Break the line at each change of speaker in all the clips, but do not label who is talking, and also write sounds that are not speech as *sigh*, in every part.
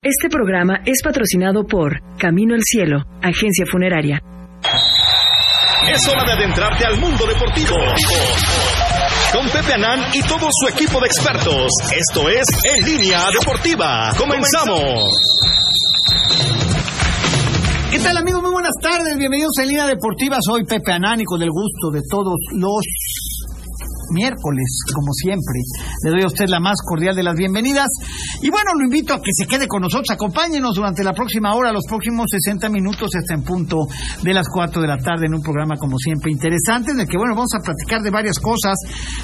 Este programa es patrocinado por Camino al Cielo, agencia funeraria.
Es hora de adentrarte al mundo deportivo. Con Pepe Anán y todo su equipo de expertos. Esto es En Línea Deportiva. Comenzamos.
¿Qué tal amigos? Muy buenas tardes, bienvenidos a En Línea Deportiva. Soy Pepe Anán y con el gusto de todos los miércoles, como siempre. Le doy a usted la más cordial de las bienvenidas. Y bueno, lo invito a que se quede con nosotros, acompáñenos durante la próxima hora, los próximos 60 minutos hasta en punto de las 4 de la tarde en un programa como siempre interesante, en el que bueno, vamos a platicar de varias cosas,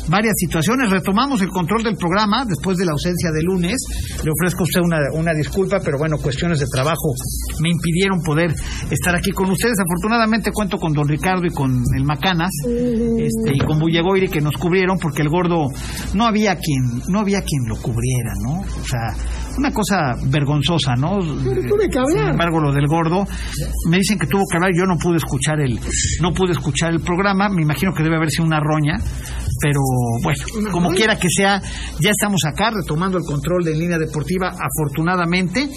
varias situaciones. Retomamos el control del programa después de la ausencia de lunes. Le ofrezco a usted una, una disculpa, pero bueno, cuestiones de trabajo me impidieron poder estar aquí con ustedes. Afortunadamente cuento con don Ricardo y con el Macanas este, y con Bullegoire que nos cubre cubrieron porque el gordo no había quien no había quien lo cubriera, ¿no? O sea, una cosa vergonzosa, ¿no?
tuve que hablar.
Sin embargo, lo del gordo me dicen que tuvo que hablar, yo no pude escuchar el no pude escuchar el programa, me imagino que debe haber sido una roña, pero bueno, como quiera que sea, ya estamos acá retomando el control de línea deportiva afortunadamente,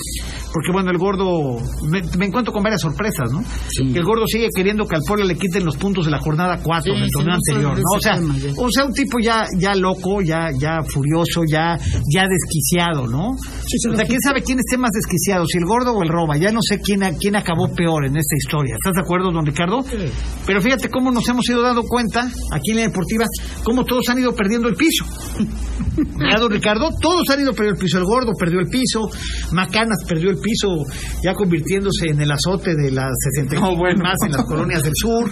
porque bueno, el gordo me, me encuentro con varias sorpresas, ¿no? El gordo sigue queriendo que al pueblo le quiten los puntos de la jornada 4 del torneo anterior, ¿no? O sea, o sea, un tipo ya, ya loco, ya, ya furioso, ya, ya desquiciado, ¿no? o sea, quién sabe quién esté más desquiciado, si el gordo o el roba. Ya no sé quién, a- quién acabó peor en esta historia. ¿Estás de acuerdo, don Ricardo? Pero fíjate cómo nos hemos ido dando cuenta aquí en la deportiva, cómo todos han ido perdiendo el piso. Ya, don Ricardo, todos han ido perdiendo el piso. El gordo perdió el piso, Macanas perdió el piso, ya convirtiéndose en el azote de las 70 más en las colonias del sur.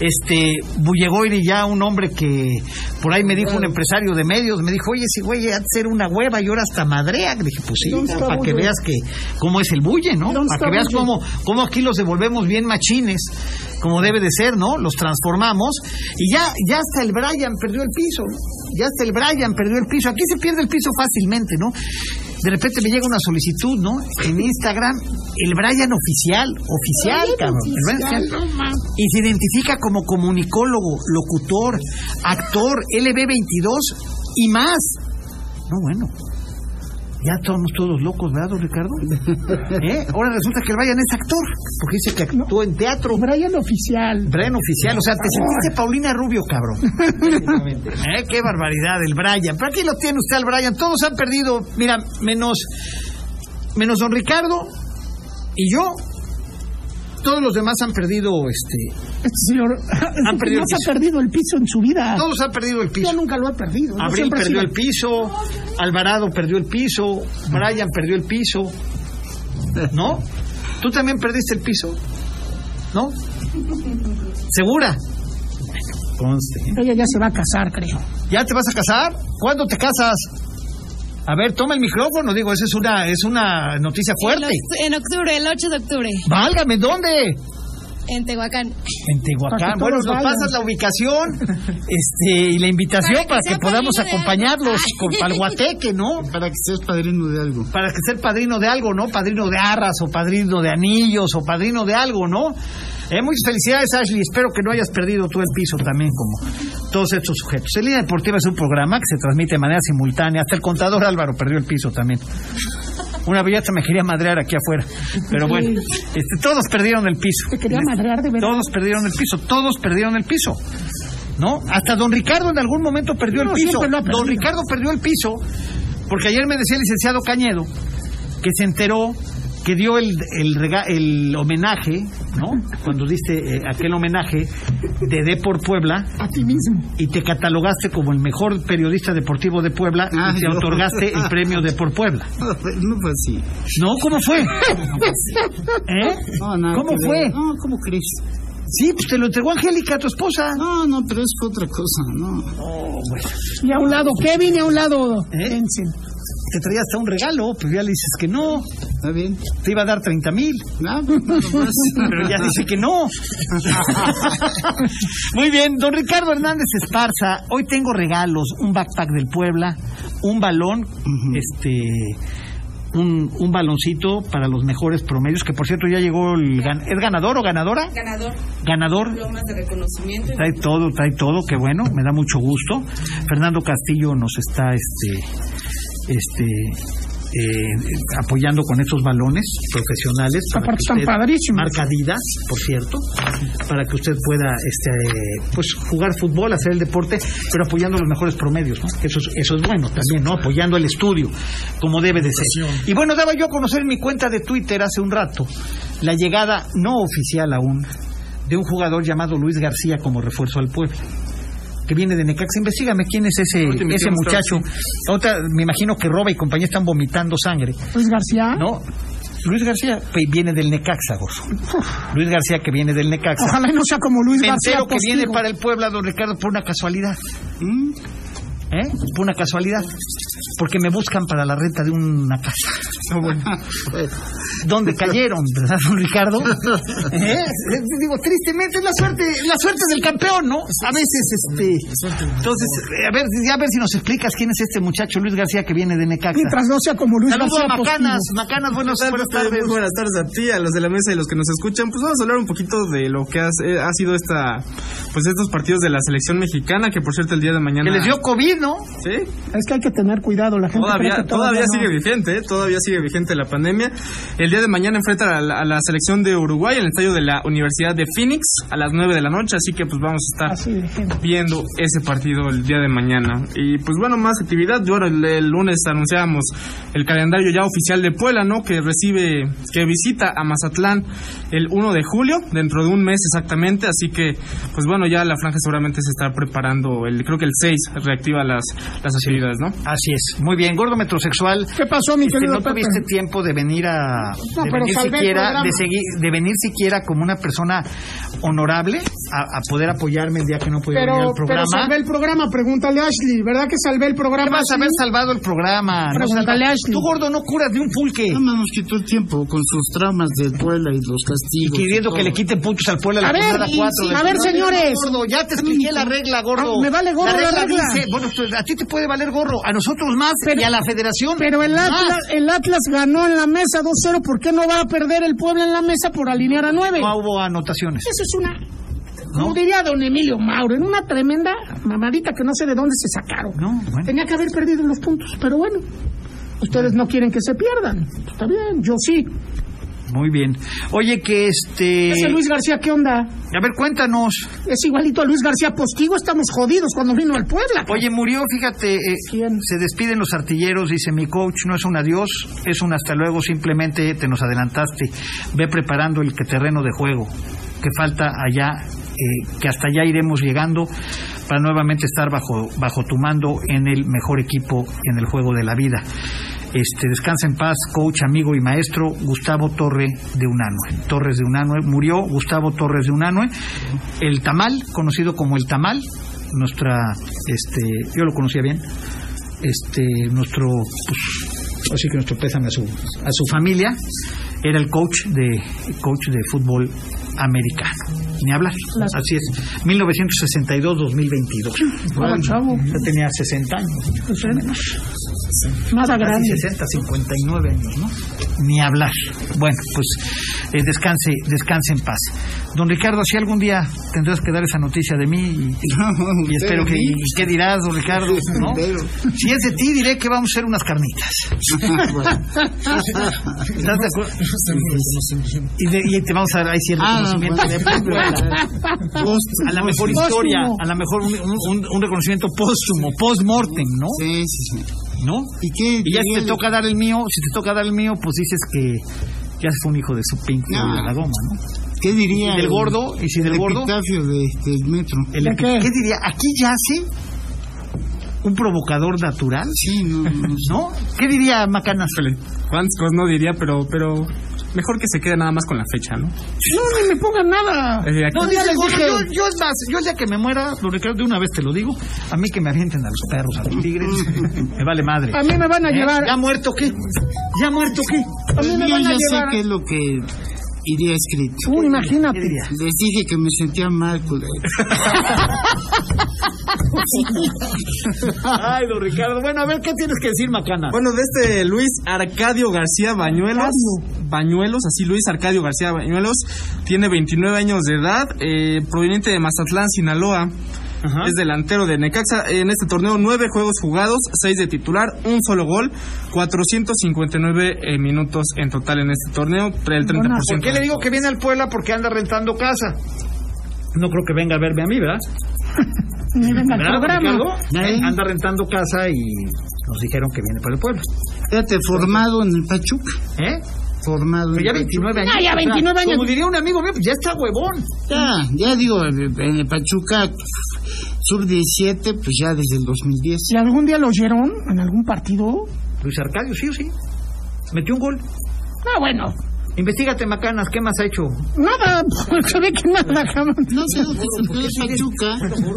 Este, Bullegoiri ya un hombre que por ahí me dijo un empresario de medios, me dijo, oye, ese güey antes era una hueva y ahora hasta madrea. Le dije, pues sí,
¿Dónde está
para que
Bulle?
veas que cómo es el bulle, ¿no? Para
¿Dónde
que
está
veas
Bulle?
cómo cómo, cómo aquí los devolvemos bien machines, como debe de ser, ¿no? Los transformamos y ya, ya hasta el Brian perdió el piso, ¿no? ya hasta el Brian perdió el piso. Aquí se pierde el piso fácilmente, ¿no? De repente me llega una solicitud, ¿no? En Instagram, el Brian oficial, oficial, cabrón. el Brian oficial. Y se identifica como comunicólogo, locutor, actor, LB22 y más. No, bueno. Ya estamos todos locos, ¿verdad, don Ricardo? ¿Eh? Ahora resulta que el Brian es actor, porque dice que actuó en teatro.
Brian oficial.
Brian oficial, o sea, te sentiste Paulina Rubio, cabrón. ¿Eh? Qué barbaridad, el Brian. Pero aquí lo tiene usted al Brian. Todos han perdido, mira, menos, menos don Ricardo y yo. Todos los demás han perdido, este,
Este señor *laughs*
Han perdido
no
el
se
piso.
ha perdido el piso en su vida.
todos han perdido el
Ah. Ya
piso.
nunca lo ha perdido. ¿no?
Abril
Siempre ha
perdió
sido-
el piso, Alvarado perdió el piso, Brian perdió el piso, ¿no? Tú también perdiste el piso, ¿no? ¿Segura? Conste.
Ella ya se va a casar, creo.
¿Ya te vas a casar? ¿Cuándo te casas? A ver, toma el micrófono, digo, esa es una, es una noticia fuerte.
En octubre, el 8 de octubre,
Válgame, ¿dónde?
en Tehuacán.
En Tehuacán.
Para que
Bueno,
todos
nos
vayan.
pasas la ubicación
*laughs*
este, y la invitación para
Para
que,
que sea
podamos
padrino de
acompañarlos
algo.
con Palguateque, ¿no? Para que seas padrino de algo. Para que ser padrino de algo, ¿no? Padrino de arras o padrino de anillos o padrino de algo, ¿no? Eh, muchas felicidades, Ashley. Espero que no hayas perdido tú el piso también, como todos estos sujetos. El Línea Deportiva es un programa que se transmite de manera simultánea. Hasta el contador Álvaro perdió el piso también. Una belleza me quería madrear aquí afuera. Pero bueno, este, todos perdieron el piso.
Te quería madrear de verdad.
Todos perdieron el piso, todos perdieron el piso. ¿No? Hasta don Ricardo en algún momento perdió
No,
el piso.
siempre lo ha perdido.
Don Ricardo perdió el piso porque ayer me decía el licenciado Cañedo que se enteró que dio el, el, rega- el homenaje, ¿no? Cuando diste eh, aquel homenaje de De por Puebla
A ti mismo.
y te catalogaste como el mejor periodista deportivo de Puebla
Ah,
y te otorgaste
*laughs*
el premio de por Puebla.
No, pues sí.
¿No? ¿Cómo
*laughs*
fue? ¿Eh?
No, nada
¿Cómo
que
fue?
ver. No, ¿cómo crees?
Sí, pues te lo entregó Angélica, tu esposa. Oh,
No, no, pero es otra cosa, ¿no?
Y a un lado Kevin y a un lado
¿Eh?
Denzel.
te traía hasta un regalo, pues ya le dices que no,
Está bien.
te iba a dar 30 mil,
Ah, pues, nada más.
pero ya dice que
*laughs*
no. Muy bien, don Ricardo Hernández Esparza, hoy tengo regalos, un backpack del Puebla, un balón, este... Un, un baloncito para los mejores promedios, que por cierto ya llegó el... gan- ¿Es ganador o ganadora?
ganador
Ganador.
diplomas de reconocimiento.
Trae todo, trae todo, qué bueno, me da mucho gusto. Fernando Castillo nos está este este eh, apoyando con estos balones profesionales. para
Aparte
que
están
usted-
padrísimos.
Marca Adidas, por cierto, para que usted pueda este, pues, jugar fútbol, hacer el deporte, pero apoyando los mejores promedios. ¿no? Que Eso, es, eso es bueno también, ¿no? apoyando el estudio, como debe de ser. Y bueno, daba yo a conocer en mi cuenta de Twitter hace un rato la llegada no oficial aún de un jugador llamado Luis García como refuerzo al pueblo que viene de Necaxa. Investígame quién es ese,
Ahorita me
ese
quiero mostrar,
muchacho. Ahorita me imagino que Roba y compañía están vomitando sangre.
Luis García.
No, Luis García pues, viene del Necaxa, gozo. Luis García que viene del Necaxa.
Ojalá y no sea como Luis
Me
García.
entero que
Postigo.
viene para el Puebla, don Ricardo, por una casualidad. ¿Mm? ¿Eh? Por una casualidad. Porque me buscan para la renta de una casa. *laughs* ¿Dónde cayeron, verdad, don Ricardo? *laughs* ¿Eh? Eh, Digo, tristemente, es la suerte, la suerte del campeón, ¿no? A veces, este... Entonces, eh, a ver, ya a ver si nos explicas quién es este muchacho Luis García que viene de Necaxa.
Mientras no sea como Luis
Saludos
García.
a Macanas,
Postigo.
Macanas, buenas,
Buenas tardes,
buenas tardes.
buenas tardes a ti, a los de la mesa y los que nos escuchan. Pues vamos a hablar un poquito de lo que has- eh, ha, sido esta, pues estos partidos de la selección mexicana, que por cierto el día de mañana.
Que les dio COVID, ¿no?
Sí,
Es que hay que tener cuidado. La gente cree
Todavía,
que
todavía
no.
sigue vigente, ¿eh? todavía sigue vigente la pandemia. El día de mañana enfrenta a la, a la selección de Uruguay en el estadio de la Universidad de Phoenix a las 9 de la noche, así que pues vamos a estar
Así de gente.
viendo ese partido el día de mañana. Y pues bueno, más actividad. Yo el, el lunes anunciábamos el calendario ya oficial de Puebla, ¿no? Que recibe, que visita a Mazatlán el 1 de julio, dentro de un mes exactamente. Así que, pues bueno, ya la franja seguramente se está preparando. El, creo que el 6 reactiva las, las actividades, ¿no?
Así es. Muy bien, gordo metrosexual.
¿Qué pasó, mi
Este,
querido
no
Pepe?
tuviste tiempo de venir a
No,
de
pero
venir
salvé el
siquiera
programa.
de seguir de venir siquiera como una persona honorable a, a poder apoyarme el día que no podía venir
Pero,
al
pero
programa
salvé el programa, pregúntale a Ashley, ¿verdad que salvé el programa?
vas a haber
Ashley?
salvado el programa no
Pregúntale a
salva-
Ashley.
tú gordo no curas de un pulque
No nos quitó el tiempo con sus tramas de duela y los
y
castigos.
queriendo que le quiten puntos al pueblo
A
la
ver,
jornada
y-
cuatro del
a ver,
programa.
señores.
gordo ya te expliqué la regla gordo
Ah, me vale gorro la regla.
dice- bueno pues, a ti te puede valer gorro a nosotros más
Pero-
y a la federación
Pero el
más.
Atlas, el Atlas ganó en la mesa 2-0. ¿Por qué no va a perder el pueblo en la mesa por alinear a 9?
no hubo anotaciones
Eso es una, como diría don Emilio Mauro, en una tremenda mamadita que no sé de dónde se sacaron.
no bueno
Tenía que haber perdido los puntos, pero bueno. Ustedes no quieren que se pierdan. Está bien, yo sí.
Eh. Muy bien. Oye, que este.
Ese Luis García, ¿qué onda?
A ver, cuéntanos.
Es igualito a Luis García Postigo. Estamos jodidos cuando vino al Puebla.
*laughs* Oye, murió, fíjate. eh,
¿Quién?
Se despiden los artilleros, dice mi coach, no es un adiós, es un hasta luego, simplemente te nos adelantaste. Ve preparando el que- terreno de juego que falta allá, eh, que hasta allá iremos llegando para nuevamente estar bajo, bajo tu mando en el mejor equipo en el juego de la vida. Este, descansa en paz, coach, amigo y maestro Gustavo Torre de Unanue. Torres de Unanue murió, Gustavo Torres de Unanue. El Tamal, conocido como el Tamal, nuestra, este, yo lo conocía bien, este, nuestro, pues, así que nuestro pésame a su, a su familia, era el coach de, coach de fútbol americano. Ni hablar, así es. 1962-2022.
Estaba chavo.
Ya tenía 60 años. Pues,
Nada
Casi
grande.
60, 59 años, ¿no? Ni hablar. Bueno, pues eh, descanse, descanse en paz. Don Ricardo, si algún día tendrás que dar esa noticia de mí, y, y espero que. ¿y ¿Qué dirás, don Ricardo? ¿no? Si es de ti, diré que vamos a hacer unas
*laughs*
carnitas. ¿Estás de acuerdo? Y, de- y te vamos a dar ahí sí el
Ah,
reconocimiento de a la mejor historia,
Póstumo.
a la mejor un, un- un reconocimiento póstumo, post-mortem, ¿no?
Sí, sí, sí.
¿No?
¿Y qué?
Y ya si
qué-
te toca dar el mío, si te toca dar el mío, pues dices que ya fue un hijo de su pink
No.
de la goma, ¿no?
¿Qué diría?
Y del
el-
gordo, y si del
el
gordo,
epitafio de, del metro.
el
¿De
epi-
qué?
¿qué diría? Aquí yace un provocador natural,
Sí, no, no.
¿no? ¿Qué diría Macanas?
¿Cuántas cosas pues, no diría? Pero, pero mejor que se quede nada más con la fecha, ¿no?
No, ni me pongan nada.
Es decir, aquí-
Ah, No,
Ya
dice el
les
gordo,
dije.
yo, yo es más, yo el día que me muera, don Ricardo, de una vez te lo digo, a mí que me avienten a los perros, a los tigres, *laughs* me vale madre.
A mí me van a
¿Eh?
llevar.
¿Ya muerto qué? ¿Ya muerto qué? Pues
A mí
El
me
mío
van a
ya sé qué
llevar.
es lo que iría escrito.
Uy, imagínate.
¿Qué diría?
Les dije que me sentía mal, culero.
Ay, don Ricardo, bueno, a ver, ¿qué tienes que decir, Macanas?
Bueno, de este Luis Arcadio García Bañuelos. Bañuelos, así Luis Arcadio García Bañuelos. Tiene 29 años de edad, eh, proveniente de Mazatlán, Sinaloa.
Ajá.
Es delantero de Necaxa. En este torneo, nueve juegos jugados, seis de titular, un solo gol, 459 eh, minutos en total en este torneo, trae el 30%.
¿Por qué le digo que viene al Puebla? Porque anda rentando casa. No creo que venga a verme a mí, ¿verdad?
Ni venga al
¿Verdad,
programa.
Ricardo?
¿Eh?
Anda rentando casa y nos dijeron que viene para el Puebla.
Fíjate, formado en el Pachuca.
¿Eh?
Formado
Pero ya
en el
29 años.
Ah, ya 29 años.
Como diría un amigo mío, pues ya está huevón.
Ya, ya digo, en el Pachuca, sub-17, pues ya desde el 2010.
Si algún día lo oyeron en algún partido.
Luis Arcadio, sí o sí. Metió un gol.
Ah, bueno.
Investígate, Macanas, ¿qué más ha hecho?
Nada, *laughs* pues se ve que nada, cabrón.
No sé dónde
Pues
se quedó el Pachuca.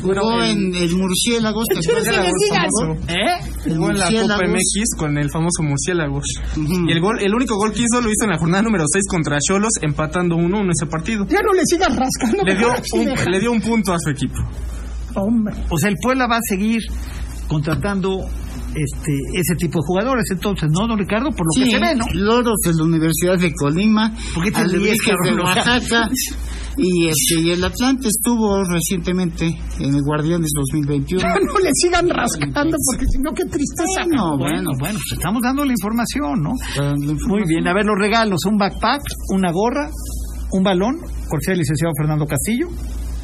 Jugó
Bueno,
en el Murciélago. ¿te acuerdas?
Sí, sí, sí.
¿Eh?
El
Jugó en la Copa
Murciélagos.
MX con el famoso Murciélagos.
Ujú.
Y el, gol, el único gol que hizo lo hizo en la jornada número 6 contra Cholos, empatando 1-1 ese partido.
Ya no le sigas rascando.
Le
*laughs*
dio,
cabrón, si deja.
un, le dio un punto a su equipo.
Hombre.
O sea, pues, el Puebla va a seguir contratando este ese tipo de jugadores, entonces, ¿no, don Ricardo? Por lo
Sí,
que se ve, ¿no?
Loros de la Universidad de Colima,
¿Por qué te ríes,
Albiges de
cabrón? *laughs*
Oaxaca y, este, y el Atlante estuvo recientemente en el Guardianes 2021.
Ya no le sigan rascando porque si no, qué tristeza.
No,
Bueno,
bueno,
bueno, pues estamos dando la información, ¿no?
bueno.
Muy bien, a ver los regalos, un backpack, una gorra, un balón, cortesía del licenciado Fernando Castillo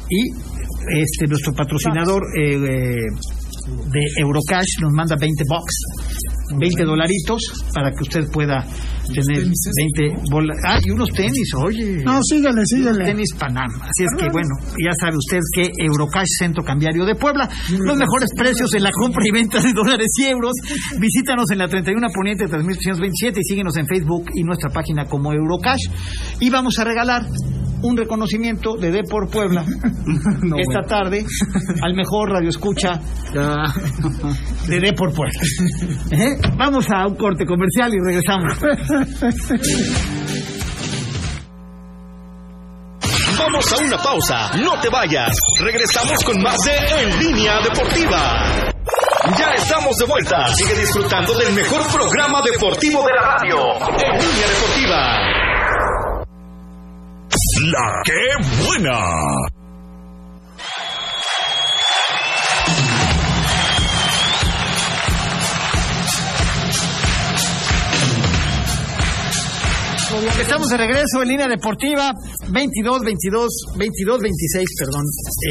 y este nuestro patrocinador eh, eh, de Eurocash nos manda 20 bucks, 20 dolaritos para que usted pueda tener 20 bolas. Ah, y unos tenis, oye.
No, síguele, síguele.
Tenis Panam. Así es que, bueno, ya sabe usted que Eurocash Centro Cambiario de Puebla, los mejores precios en la compra y venta de dólares y euros. Visítanos en la 31 Poniente 3327 y síguenos en Facebook y nuestra página como Eurocash. Y vamos a regalar un reconocimiento de Depor Puebla esta tarde al mejor radio escucha de Depor Puebla. ¿Eh? Vamos a un corte comercial y regresamos.
Vamos a una pausa, no te vayas. Regresamos con más de En Línea Deportiva. Ya estamos de vuelta. Sigue disfrutando del mejor programa deportivo de la radio. En Línea Deportiva. La que buena.
Estamos de regreso en línea deportiva 22 22 22 26, perdón,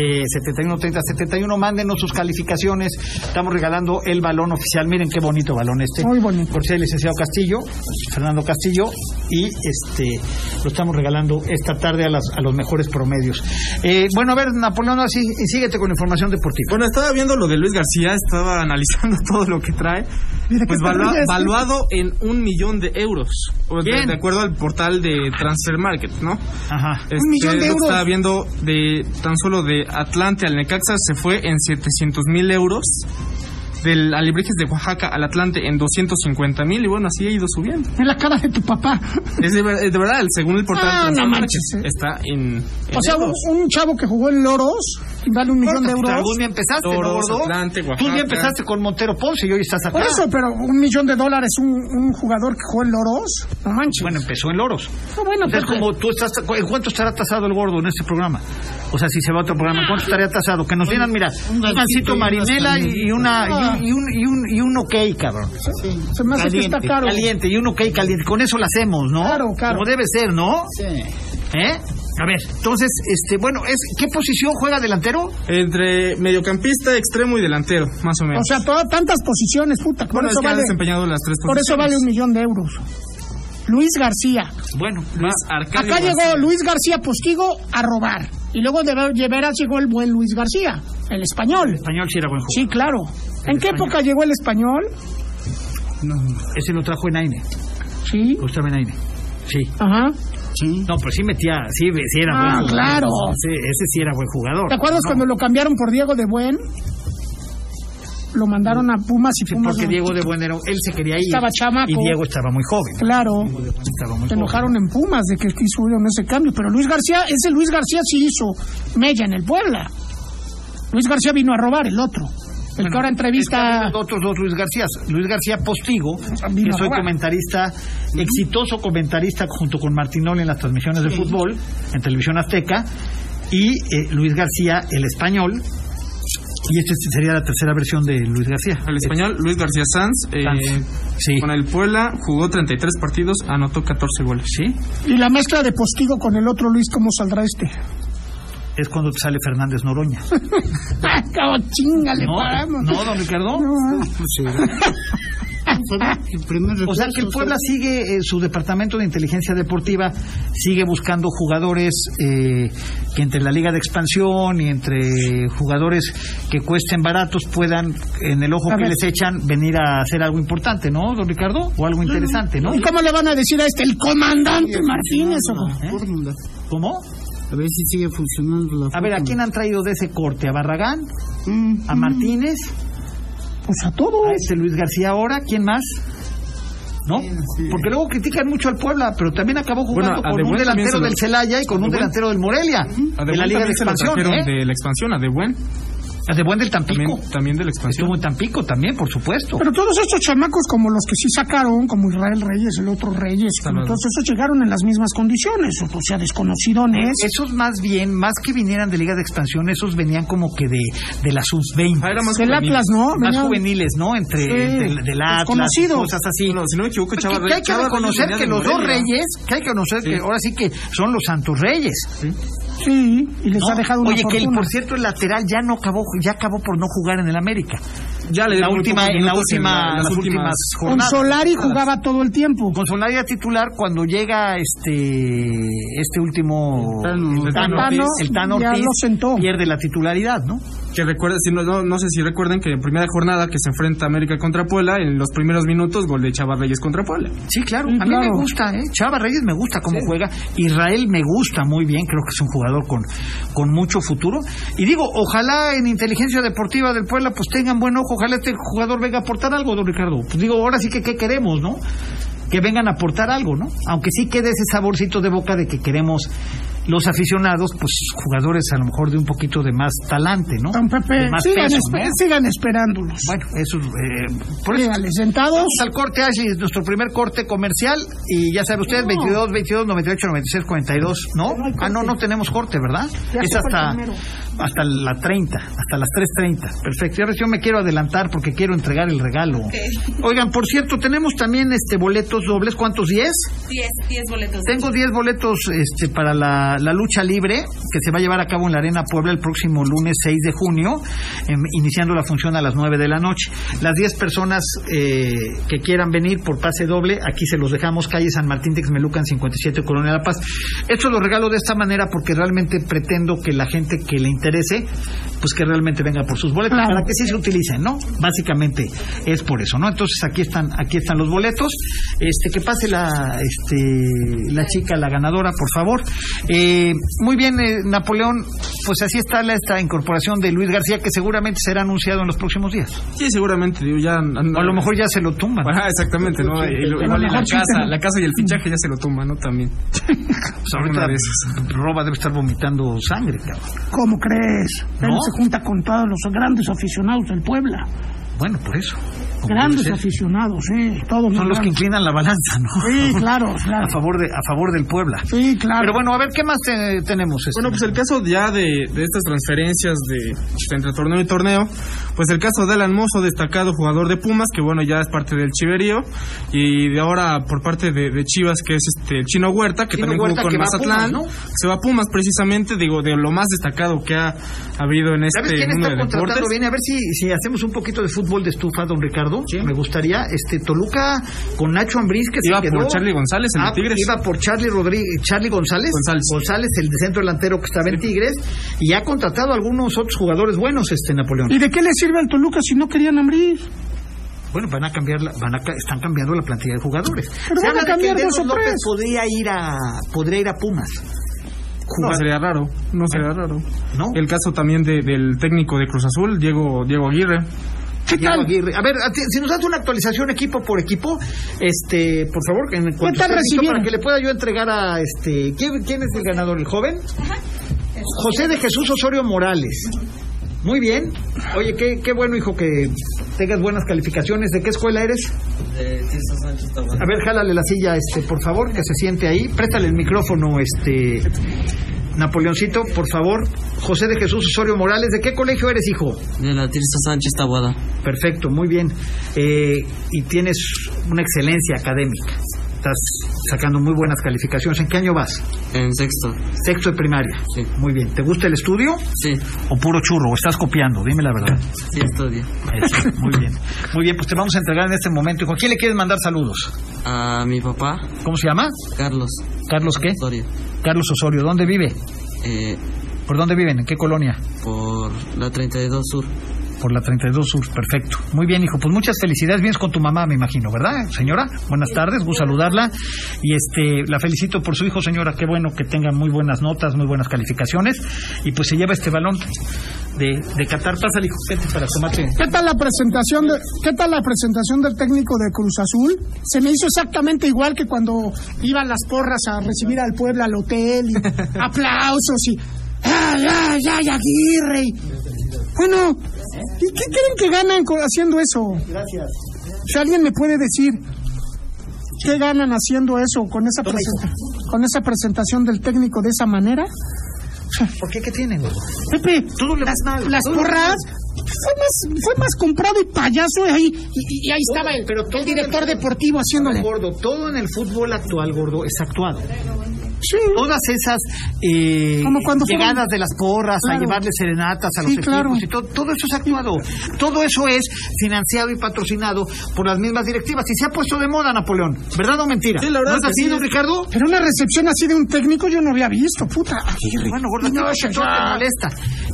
eh, 71 30 71. Mándenos sus calificaciones. Estamos regalando el balón oficial. Miren qué bonito balón este.
Muy bonito.
Por ser el licenciado Castillo, Fernando Castillo y este lo estamos regalando esta tarde a, las, a los mejores promedios. Eh, bueno, a ver, Napoleón, así y síguete con la información deportiva.
Bueno, estaba viendo lo de Luis García, estaba *laughs* analizando todo lo que trae.
Mira
Pues
qué
valua-
terrible es.
valuado en un millón de euros. O De,
Bien.
de acuerdo al portal de Transfer Market, ¿no?
Ajá.
Este,
millón de
lo
euros.
Estaba viendo de tan solo de Atlante al Necaxa se fue en 700 mil euros. Del Alebrijes de Oaxaca al Atlante en 250 mil y bueno, así ha ido subiendo.
En la cara de tu papá.
Es de, ver- es de verdad, según el portal
Ah,
de
no
Transfer
manches,
Market,
eh.
está en, en
O sea, un,
euros.
un chavo que jugó en Loros vale un millón de euros.
pues, Algún día empezaste, ¿no,
Toros,
gordo?
Atlante,
Tú
Oaxaca.
ya empezaste con Montero Ponce y hoy estás acá.
Por eso, pero un millón de dólares un, un jugador que jugó en Loros. No manches.
Bueno, empezó en Loros.
No, bueno,
O sea, es
pero-
como tú estás, ¿en cuánto estará tasado el gordo en este programa? O sea, si se va a otro
Ah,
programa, ¿en cuánto estaría tasado? Que nos
pues,
dieran, mira, un
un
gancito
gansito y
marinela
unas
y una y un, y un, y un ok, cabrón.
se me hace que está
caliente,
caro.
Caliente y un ok caliente. Con eso lo hacemos, ¿no?
Claro, claro.
Como debe ser, ¿no? ¿Eh? A ver, entonces, este, bueno, es ¿qué posición juega delantero?
Entre mediocampista, extremo y delantero, más o menos.
O sea, todas tantas posiciones, puta. Por
bueno, es
eso
que ha
vale.
desempeñado las tres
Por eso vale un millón de euros. Luis García.
Bueno,
Luis
va-
Arcadio
Acá
García.
llegó Luis García Postigo a robar. Y luego de Ver- de veras llegó el buen Luis García, el español.
español sí era buen jugador.
Sí, claro. ¿En qué época llegó el español?
Ese lo trajo en Aine,
Sí.
Gustavo E. en Aine. E. Sí.
Ajá.
Sí.
No, pero sí metía, sí, sí era
Ah,
buen jugador.
claro.
Ese, ese sí era buen jugador.
¿Te acuerdas
No.
cuando lo cambiaron por Diego de Buen? Lo mandaron a Pumas y
Sí,
Pumas.
porque
no-
Diego de Buen era- él se quería ir.
Estaba chamaco.
Y Diego estaba muy joven.
Claro.
Estaba muy
Se
joven.
enojaron en Pumas de que hicieron ese cambio. Pero Luis García, ese Luis García sí hizo mella en el Puebla. Luis García vino a robar el otro. El que ahora entrevista.
Están los otros dos Luis García. Luis García Postigo, que
Vino a
soy
robar.
comentarista, exitoso comentarista junto con Martinoli en las transmisiones de fútbol, en Televisión Azteca, y eh, Luis García, el español, Y esta sería la tercera versión de Luis García.
El español Luis García Sanz, eh,
Sanz. Sí.
con el Puebla, jugó 33 partidos, anotó 14 goles.
¿Sí?
Y la mezcla de postigo con el otro Luis, ¿cómo saldrá este? *laughs*
Es cuando te sale Fernández Noroña.
Cabo, chinga, le paramos.
no, ah. don Ricardo. *laughs*
El primer
O sea que el
refuerzo,
Puebla sigue, eh, su departamento de inteligencia deportiva sigue buscando jugadores eh, que entre la liga de expansión y entre jugadores que cuesten baratos puedan, en el ojo
A
que
ver.
les echan, venir a hacer algo importante, ¿no, don Ricardo? O algo interesante, ¿no?
¿Y cómo le van a decir a este el comandante Martínez? o cómo?
la
¿Eh?
fórmula.
¿Cómo?
A ver si sigue funcionando la
A ver, ¿a
fórmula.
quién han traído de ese corte? ¿A Barragán?
Mm.
¿A Martínez?
Pues a todos.
¿A este Luis García ahora? ¿Quién más? ¿No?
Sí.
Porque luego critican mucho al Puebla, pero también acabó jugando
Bueno, a
con
De
un
Buen también
delantero
se lo-
del Celaya y con
De
un
Buen-
delantero del Morelia.
A
De la
Buen
Liga de
también se lo
Expansión,
trajeron
¿eh?
de la expansión, a De Buen,
A De Buen del Tampico.
también, también de la expansión.
Estuvo en Tampico también, por supuesto.
Pero todos estos chamacos, como los que sí sacaron, como Israel Reyes, el otro Reyes, como
Saludos.
todos esos llegaron en las mismas condiciones, o sea, desconocidones.
Esos más bien, más que vinieran de Liga de Expansión, esos venían como que de, de la sub-20.
Ah, era más
Del
juvenil.
Atlas, ¿no?
más
Venían-
juveniles, ¿no? Entre
Sí.
del, del Atlas,
Desconocidos.
cosas así.
No, si no me equivoco,
Que-
Chava
que hay
Reyes-
que
Chava Reyes
reconocer
venía
que
de
los dos
Morelia.
reyes, que hay que reconocer que
Sí.
ahora sí que son los santos reyes.
Sí, y les
¿no?
ha dejado una
Oye, que el,
fortuna.
por cierto el lateral ya no acabó, ya acabó por no jugar en el América.
Ya le
La
dieron muy
última,
pocos
en la
minutos
última,
en
en las últimas
Con
jornadas.
Solari jugaba todo el tiempo.
Con Solari era titular cuando llega este este último
Tano.
el Tano,
El Tano,
Ortiz, el Tano
ya
Ortiz
lo sentó.
pierde la titularidad, ¿no?
Que recuerda, si no, no, no sé si recuerden que en primera jornada que se enfrenta América contra Puebla, en los primeros minutos, gol de Chava Reyes contra Puebla.
Sí, claro.
Sí,
a mí
claro.
me gusta, ¿eh? Chava Reyes me gusta cómo juega. Israel me gusta muy bien. Creo que es un jugador con, con mucho futuro. Y digo, ojalá en inteligencia deportiva del Puebla, pues tengan buen ojo. Ojalá este jugador venga a aportar algo, don Ricardo. Pues digo, ahora sí que qué queremos, ¿no? Que vengan a aportar algo, ¿no? Aunque sí quede ese saborcito de boca de que queremos los aficionados, pues jugadores a lo mejor de un poquito de más talante, ¿no?
Don Pepe,
De más
sigan,
peso,
espe-
¿no?
sigan esperándolos.
Bueno, eso eh, por eso
Síganle, sentados.
Vamos al corte, Ashley, es nuestro primer corte comercial. Y ya saben ustedes, 22, 22, 98, 96, 42. ¿No? ah, no, no tenemos corte, ¿verdad? es hasta, hasta la 30, hasta las 3.30. Perfecto. Y ahora yo me quiero adelantar porque quiero entregar el regalo. Oigan, por cierto, tenemos también este boletos dobles. ¿Cuántos? ¿10?
10, 10 boletos.
Tengo 10 boletos este, para la, la lucha libre que se va a llevar a cabo en la Arena Puebla el próximo lunes 6 de junio, em, iniciando la función a las 9 de la noche. Las 10 personas eh, que quieran venir por pase doble, aquí se los dejamos, calle San Martín Texmelucan 57, Colonia La Paz. Esto lo regalo de esta manera porque realmente pretendo que la gente que le interese, pues que realmente venga por sus boletos,
Claro.
para que sí se utilicen, ¿no? Básicamente es por eso, ¿no? Entonces aquí están, aquí están los boletos. Este, que pase la, este, la chica, la ganadora, por favor. Eh, muy bien, eh, Napoleón, pues así está la, esta incorporación de Luis García, que seguramente será anunciado en los próximos días.
Sí, seguramente, digo, ya.
O a lo mejor ya se lo tumban.
*laughs* Ah, exactamente, ¿no? Y lo-
A lo
Igual y la
mejor sí,
casa,
¿no?
la casa y el fichaje ya se lo tumban, ¿no? También.
Pues ahorita
Alguna de esas.
Roba debe estar vomitando sangre, cabrón.
¿Cómo crees? Él
¿No?
se junta con todos los grandes aficionados del Puebla.
Bueno, por eso. Como
Grandes
debe ser.
aficionados, sí. Todos
Son los que inclinan la balanza, ¿no?
Sí, claro,
A
claro.
favor, de, a favor del Puebla.
Sí, claro.
Pero bueno, a ver, ¿qué más te- tenemos? este?
Ah. Bueno, pues el caso ya de, de estas transferencias de, de entre torneo y torneo, pues el caso de Alan Mozo, destacado jugador de Pumas, que bueno, ya es parte del Chiverío, y de ahora por parte de, de Chivas, que es este el Chino Huerta, que
Chino
también
Huerta,
jugó con
que va a
Mazatlán,
Pumas,
se va a Pumas precisamente, digo, de lo más destacado que ha habido en
¿Sabes
este
quién
mundo
está
de
contratando
deportes.
bien? A ver si, si hacemos un poquito de fútbol de estufa, don Ricardo. Me gustaría. Este Toluca con Nacho Ambriz que
Iba
se quedó.
por Charlie González, el
Ah,
de Tigres.
Iba por Charlie Rodríguez, Charlie González.
González.
el de centro delantero que estaba en Tigres. Y ha contratado a algunos otros jugadores buenos, este Napoleón.
¿Y de qué le sirve al Toluca si no querían abrir?
Bueno, van a cambiar, la- van a, ca- están cambiando la plantilla de jugadores.
Pero
Se
van a
habla de que
cambiar
Dedos
dos o
López
tres.
podría ir a, podría ir a Pumas.
No
Jugar-
sería raro, no sería raro.
¿Eh? ¿No?
El caso también de- del técnico de Cruz Azul, Diego, Diego Aguirre.
¿Qué
Diego
tal?
Aguirre. A ver, a ti- si nos das una actualización equipo por equipo, este, por favor, en cuanto esté
tal
listo
recibieron?
para que le pueda yo entregar a este, ¿quién, quién es el ganador? ¿El joven? José de Jesús Osorio Morales. Muy bien. Oye, qué, qué bueno, hijo, que tengas buenas calificaciones. ¿De qué escuela eres? A ver, jálale la silla, este, por favor, que se siente ahí. Préstale el micrófono, este, Napoleoncito, por favor. José de Jesús Osorio Morales, ¿de qué colegio eres, hijo?
De la Tirsa Sánchez Tabuada.
Perfecto, muy bien. Eh, y tienes una excelencia académica. Estás sacando muy buenas calificaciones. ¿En qué año vas?
En sexto.
Sexto de primaria.
Sí.
Muy bien. ¿Te gusta el estudio
Sí,
o puro churro? ¿O estás copiando? Dime la *laughs* verdad.
sí estudio.
Eso, muy bien. Muy bien, pues te vamos a entregar en este momento. hijo. ¿A quién le quieres mandar saludos?
A mi papá,
¿Cómo se llama?
Carlos
Carlos qué?
Osorio,
Carlos Osorio. ¿Dónde vive?
eh,
¿Por dónde viven? ¿En qué colonia?
por la 32 Sur.
Por la 32 Sur, perfecto. Muy bien, hijo. Pues muchas felicidades. Vienes con tu mamá, me imagino, ¿verdad, señora? Buenas tardes, gusto saludarla. Y este, la felicito por su hijo, señora. Qué bueno que tenga muy buenas notas, muy buenas calificaciones. Y pues se lleva este balón de, de Qatar. Pásale, hijo, vente para tomarte.
¿Qué tal la presentación de, qué tal la presentación del técnico de Cruz Azul? Se me hizo exactamente igual que cuando iban las porras a recibir al pueblo al hotel y aplausos y ay ay ay Aguirre. y- Bueno, ¿y qué creen que ganan co- haciendo eso? Gracias. Si alguien me puede decir qué ganan haciendo eso con esa presenta- con esa presentación del técnico de esa manera?
¿Por qué? ¿Qué tienen?
Pepe, las, las porras fue más, fue más comprado y payaso ahí. Y, y ahí estaba el, el director deportivo haciéndole.
Gordo, todo en el fútbol actual, gordo, es actuado.
Sí,
Todas esas eh,
Como cuando fueron-
llegadas de las porras
Claro.
a llevarle serenatas a los
Sí,
equipos
claro.
y todo, todo eso es actuado. Todo eso es financiado y patrocinado por las mismas directivas. Y se ha puesto de moda, Napoleón. ¿Verdad o mentira?
Sí, la verdad
¿No es
es que
así,
sí.
don Ricardo?
pero una recepción así de un técnico yo no había visto, puta. Aguirre.
Bueno, gordo, no, eso te molesta.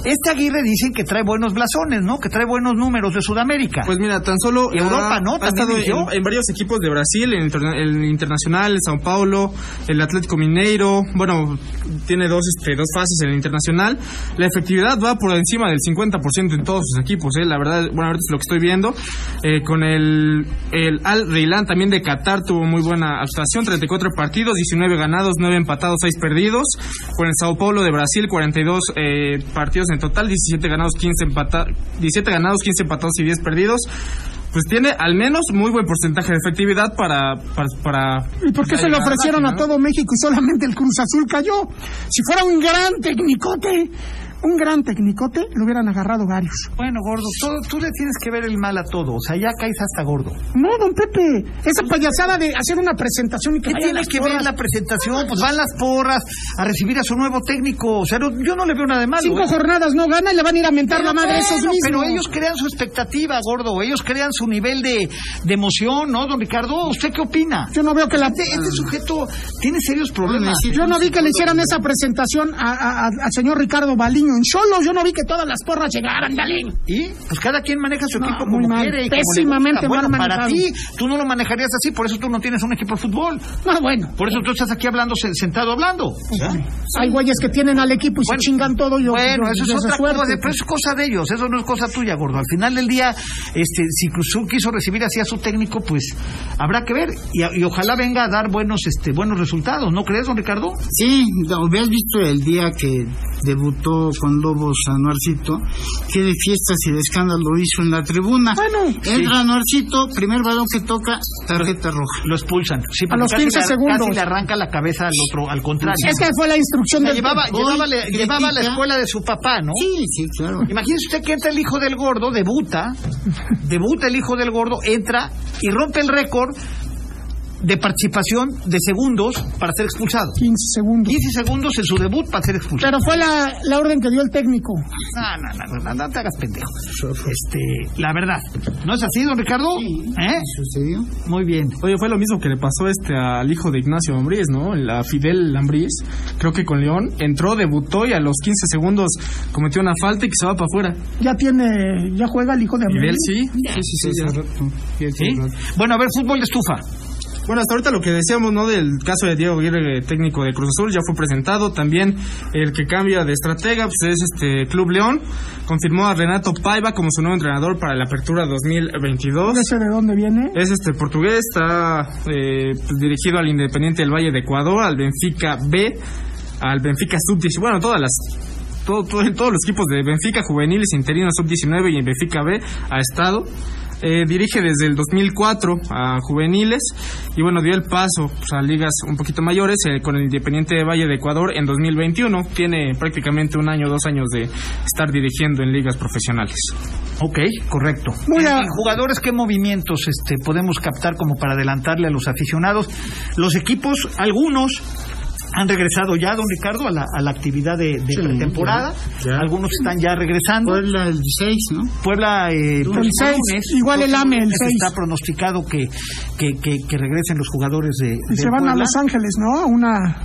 Este Aguirre dicen que trae buenos blasones, ¿no? Que trae buenos números de Sudamérica.
Pues mira, tan solo
Y Europa,
ha,
¿no?
ha
También
estado
dirigió.
en, en varios equipos de Brasil, en el, torne- el internacional, el Sao Paulo, el Atlético Mineiro. Bueno, tiene dos este, dos fases en el internacional. La efectividad va por encima del 50% en todos sus equipos. ¿eh? La verdad, bueno, ahorita es lo que estoy viendo. Eh, con el, el Al Reilán también de Qatar tuvo muy buena actuación, 34 partidos, 19 ganados, 9 empatados, 6 perdidos. Con el Sao Paulo de Brasil, 42 eh, partidos en total, 17 ganados, 15 empatados, 17 ganados, 15 empatados y 10 perdidos. Pues tiene al menos muy buen porcentaje de efectividad para... para, para
¿Y por qué se lo
llegar
ofrecieron
rápido,
a
¿no?
todo México y solamente el Cruz Azul cayó? Si fuera un gran tecnicote, un gran tecnicote, lo hubieran agarrado varios.
Bueno, gordo, todo- tú le tienes que ver el mal a todo. O sea, ya caes hasta gordo.
No, don Pepe, esa payasada de hacer una presentación y que
¿Qué
vayan
tiene
las
que ver
porras?
la presentación? Pues van las porras a recibir a su nuevo técnico. O sea, no- yo no le veo nada de malo.
Cinco
¿eh?
jornadas no gana y le van a ir a mentar la madre a esos
Bueno,
mismos.
pero ellos crean su expectativa, gordo. Ellos crean su nivel de, de emoción, ¿no, don Ricardo? ¿Usted qué opina?
Yo no veo que la... Ah.
Este, este sujeto tiene serios problemas. ¿eh?
Yo no vi que le hicieran esa presentación a- a- a- al señor Ricardo Baliño en Cholos. Yo no vi que todas las porras llegaran, Baliño.
Y pues cada quien maneja su
No,
equipo
muy
como
mal.
quiere. y como le gusta.
Pésimamente mal
bueno, Para
manejado.
ti, tú no lo manejarías así, por eso tú no tienes un equipo de fútbol.
No, Ah, bueno.
Por eso tú estás aquí hablando, se- sentado hablando.
Hay güeyes que tienen al equipo y
Bueno,
se chingan todo. Yo,
Bueno,
yo-
eso es
yo-
otra
suerte.
cosa, pues. pero eso es cosa de ellos, eso no es cosa tuya, gordo. Al final del día, este, si Cruz Azul quiso recibir así a su técnico, pues habrá que ver y, y ojalá venga a dar buenos, este, buenos resultados, ¿no crees, don Ricardo?
Sí, ¿no habías visto el día que debutó con Lobos Anuarcito, que de fiestas y de escándalo hizo en la tribuna.
Bueno.
entra Anuarcito, primer balón que toca, tarjeta roja.
Lo expulsan. Sí,
A
porque
los
casi
15
le-
segundos.
Casi le arranca la cabeza al otro, al contrario.
Esa fue la instrucción
O sea,
del...
llevaba,
Hoy
llevaba, le-
critica-
llevaba a la escuela de su papá, ¿no?
Sí, sí, claro.
Imagínese usted que entra el hijo del gordo, debuta, debuta el hijo del gordo, entra y rompe el récord de participación de segundos para ser expulsado.
15 segundos.
15 segundos en su debut para ser expulsado.
Pero fue la, la orden que dio el técnico.
No, no, no, no, no te hagas pendejo. Este, la verdad. ¿No es así, don Ricardo? ¿Eh?
¿Sucedió?
Muy bien.
Oye, fue lo mismo que le pasó este al hijo de Ignacio Ambriz, ¿no? La Fidel Ambriz, creo que con León, entró, debutó y a los 15 segundos cometió una falta y que se va para afuera.
Ya tiene... Ya juega el hijo de...
Fidel
Ambriz.
sí. Sí, sí, sí, ya.
¿Sí? Bueno, a ver, fútbol de estufa.
Bueno, hasta ahorita lo que decíamos, ¿no? Del caso de Diego Aguirre, eh, técnico de Cruz Azul, ya fue presentado. También el que cambia de estratega, pues es este Club León. Confirmó a Renato Paiva como su nuevo entrenador para la apertura 2022.
No sé de dónde viene.
Eh,
Es este portugués, está eh, pues, dirigido al Independiente del Valle de Ecuador, al Benfica B, al Benfica Sub-19, bueno, todas las todo, todo- todos los equipos de Benfica juveniles, interinos Sub-19 y en Benfica B ha estado. Eh, dirige desde el 2004 a juveniles y bueno, dio el paso pues, a ligas un poquito mayores eh, con el Independiente de Valle de Ecuador en 2021. Tiene prácticamente un año, dos años de estar dirigiendo en ligas profesionales.
Ok, correcto.
Muy a-
¿Y jugadores qué movimientos este, podemos captar como para adelantarle a los aficionados? Los equipos, algunos han regresado ya, don Ricardo, a la, a la actividad de, de pretemporada. Algunos están ya regresando.
Puebla el 16, ¿no?
Puebla eh,
Pues El
próximo
seis, igual el AME, el
lunes
seis.
está pronosticado que, que, que- que regresen los jugadores de,
Y
de
se van a
Puebla.
Los Ángeles, ¿no? A Una.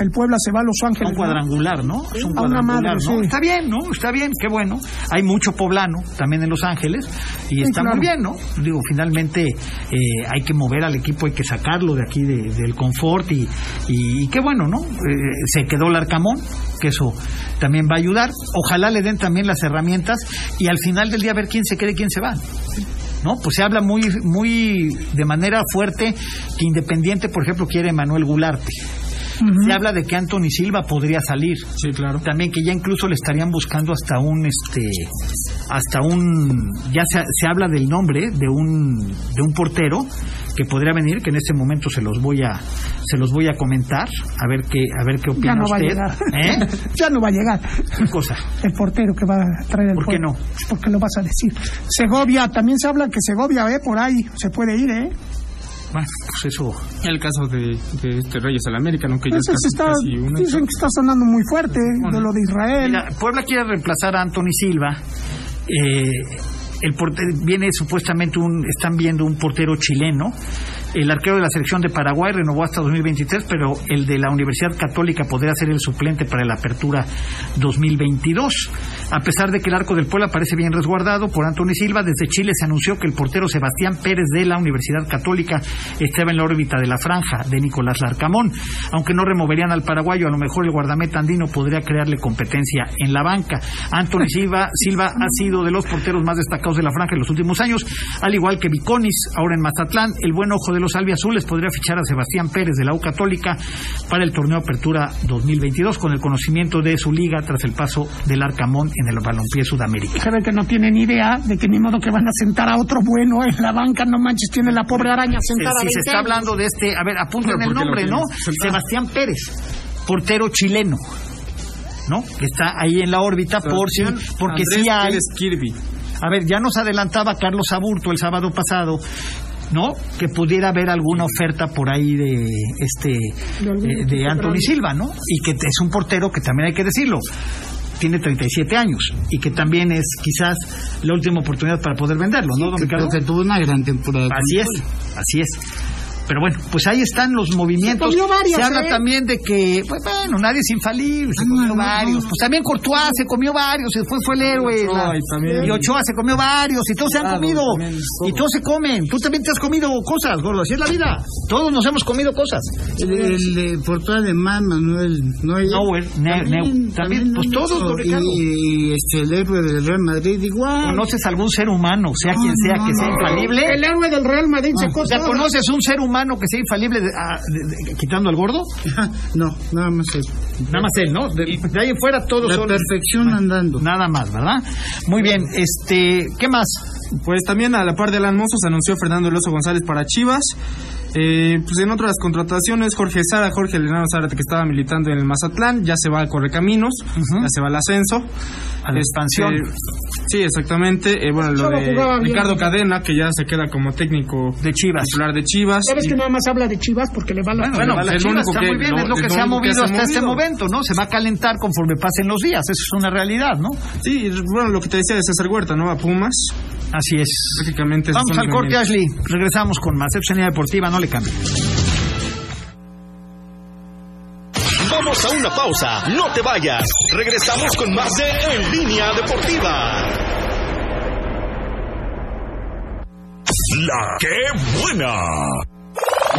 El Puebla se va a Los
Es
Ángeles.
un
¿no?
cuadrangular, ¿no? Es un
A una
cuadrangular,
madre,
¿no?
sí.
Está bien, ¿no? Está bien, qué bueno. Hay mucho poblano también en Los Ángeles y está
claro.
muy bien, ¿no? Digo, finalmente eh, hay que mover al equipo, hay que sacarlo de aquí de- del confort y, y, y qué bueno, ¿no? Eh, se quedó el arcamón, que eso también va a ayudar. Ojalá le den también las herramientas y al final del día ver quién se queda y quién se va. ¿no? Pues se habla muy, muy de manera fuerte que Independiente, por ejemplo, quiere Manuel Gularte. Se habla de que Anthony Silva podría salir.
Sí, claro.
También que ya incluso le estarían buscando hasta un este hasta un ya se, se habla del nombre de un de un portero que podría venir, que en este momento se los voy a se los voy a comentar, a ver qué a ver qué opina
Ya no va a
usted,
llegar. *laughs*
¿eh?
Ya no va a llegar
¿Qué cosa?
el portero que va a traer el
¿Por qué no?
Porque lo vas a decir. Segovia, también se habla que Segovia, ¿eh? Por ahí se puede ir, ¿eh?
Bueno, pues eso
El caso de, de este Reyes al América, ¿no? Que
Pues
ya es
Entonces
casi,
está,
casi un hecho.
dicen que está sonando muy fuerte de lo de Israel.
Mira, Puebla quiere reemplazar a Anthony Silva. Eh, el portero, viene supuestamente un, están viendo un portero chileno. El arquero de la selección de Paraguay renovó hasta 2023, pero el de la Universidad Católica podría ser el suplente para la apertura 2022. A pesar de que el arco del Puebla parece bien resguardado por Anthony Silva, desde Chile se anunció que el portero Sebastián Pérez de la Universidad Católica estaba en la órbita de la franja de Nicolás Larcamón. Aunque no removerían al paraguayo, a lo mejor el guardameta andino podría crearle competencia en la banca. Anthony Silva, Silva ha sido de los porteros más destacados de la franja en los últimos años, al igual que Viconis, ahora en Mazatlán. El buen ojo de los albiazules podría fichar a Sebastián Pérez de la U Católica para el torneo Apertura 2022 con el conocimiento de su liga tras el paso del Arcamón en el balompié Sudamérica.
Se ve que no tienen idea de que ni modo que van a sentar a otro bueno en la banca, no manches, tiene la pobre araña
Eh,
sentada.
si se
20
está
años.
hablando de este, a ver, apunten
Pero
el
¿por qué lo
nombre, ¿no?
tienes? Sentado.
Sebastián Pérez, portero chileno, ¿no? Que está ahí en la órbita por si,
Sebastián
porque
Andrés
sí hay.
Pérez Kirby.
A ver, ya nos adelantaba Carlos Aburto el sábado pasado. ¿No? Que pudiera haber alguna oferta por ahí de este eh, de Anthony Silva, ¿no? Y que es un portero que también hay que decirlo, tiene 37 años y que también es quizás la última oportunidad para poder venderlo, ¿no, don Ricardo?
Creo que tuvo una gran temporada.
Así es, así es. Pero bueno, pues ahí están los movimientos.
Se comió varios,
se habla
¿eh?
también de que, pues bueno, nadie es infalible, se comió varios. Pues también Courtois se comió varios, y después fue el héroe.
Ochoa,
la-
y también-
y Ochoa se comió varios, y todos se han
Claro,
comido.
también todos.
Y todos se comen. Tú también te has comido cosas, gordo, así es la vida. Todos nos hemos comido cosas.
El, el, eh, portero alemán Manuel Neuer.
Neuer, Ne- Neu- también, pues,
lo
todos,
hizo.
don Ricardo.
Y, y, este, el héroe del Real Madrid ah, igual.
¿Conoces algún ser humano, sea quien sea, que sea infalible?
El héroe del Real Madrid se
O sea,
corta.
¿conoces un ser humano que sea infalible de- ah, de- de- quitando al gordo?
no, nada más eso.
Nada más él, ¿no? De, de ahí en fuera todos
La
son... Ah,
perfección andando.
Nada más, ¿verdad? Muy bien, este, ¿qué más?
Pues también a la par de Alan Mozo se anunció Fernando Eloso González para Chivas. Eh, pues en otras contrataciones, Jorge Sara, Jorge Leonardo Zárate, que estaba militando en el Mazatlán, ya se va al Correcaminos,
Ujú.
ya se va al ascenso. Este,
A la expansión.
Sí, exactamente. Eh, bueno, lo
Solo
de
jugaba bien.
Ricardo Cadena, que ya se queda como técnico
De Chivas.
titular de Chivas.
¿Sabes
Y-
que nada más habla de Chivas porque le va la.
Bueno,
Vale,
las
es lo
Chivas
único
está
que-
muy bien,
lo-
es lo que
es
se
lo
ha
único que
movido
se ha
hasta este
movido.
momento, ¿no? Se va a calentar conforme pasen los días, eso es una realidad, ¿no?
Sí, bueno, lo que te decía de César Huerta, ¿no? A Pumas.
Así es.
Prácticamente esos
Vamos
son
al
los
corte,
movimientos.
Ashley. Regresamos con más. Epsenía Deportiva, no le cambie.
Vamos a una pausa, no te vayas. Regresamos con más de En Línea Deportiva.
La que buena.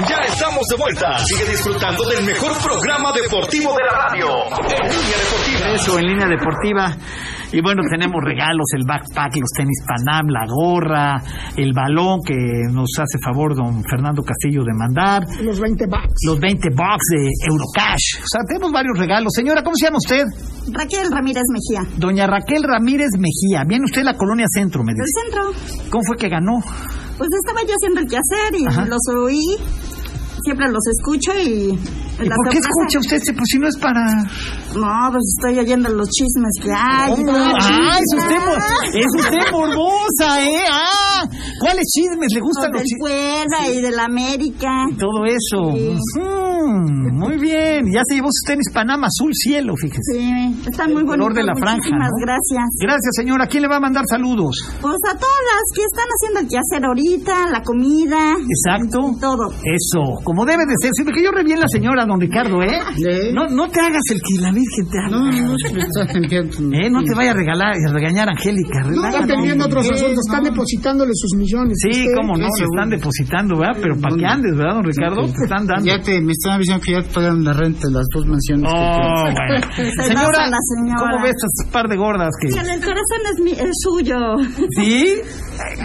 Ya estamos de vuelta. Sigue disfrutando del mejor programa deportivo de la radio. En línea deportiva.
Eso en línea deportiva. Y bueno, tenemos regalos, el backpack, los tenis Panam, la gorra, el balón que nos hace favor don Fernando Castillo de mandar,
Los 20 bucks.
los 20 bucks de Eurocash. O sea, tenemos varios regalos. Señora, ¿cómo se llama usted?
Raquel Ramírez Mejía.
Doña Raquel Ramírez Mejía. Viene usted de la colonia Centro, me
Del
dice.
centro.
¿Cómo fue que ganó?
Pues estaba yo haciendo el quehacer y
Ajá.
los oí. Siempre los escucho y...
¿Y por qué escucha usted este? Pues si no es para...
No, pues estoy oyendo los chismes que hay.
¿Cómo? Ah, es usted,
*laughs*
mor- es usted morbosa, ¿eh? Ah, ¿cuáles chismes le gustan los
del
chismes?
Puebla y del América.
Todo eso.
Sí.
Ujú, muy bien. Ya se llevó sus tenis Panamá azul cielo, fíjese.
Sí, están muy
El color
bonitos.
de la franja,
Muchísimas
¿no?
gracias.
Gracias, señora. ¿Quién le va a mandar saludos?
Pues a todas las que están haciendo el quehacer ahorita, la comida.
Exacto.
y Todo.
Eso, como debe de ser. Sí, porque yo re bien la señora, don Ricardo, ¿eh?
¿Eh?
No, no te hagas el que la Virgen te haga.
No, no, está entendiendo.
¿Eh? No te vaya a regalar, a regañar, Angélica.
Está
relájate.
atendiendo otros asuntos, están depositándole sus millones. Este,
Sí,
Usted-
cómo no,
qué
le están
seguro.
depositando, ¿verdad? Pero para que andes, ¿verdad, don Ricardo? Te están dando.
Ya te, me están avisando que ya te pagaron la renta de las dos mansiones. que
Oh,
tienes.
bueno.
Se
Señora,
pasa la señora.
¿cómo ves estas par de gordas que...
Que El corazón es, mi- es
*laughs*
suyo.
¿Sí?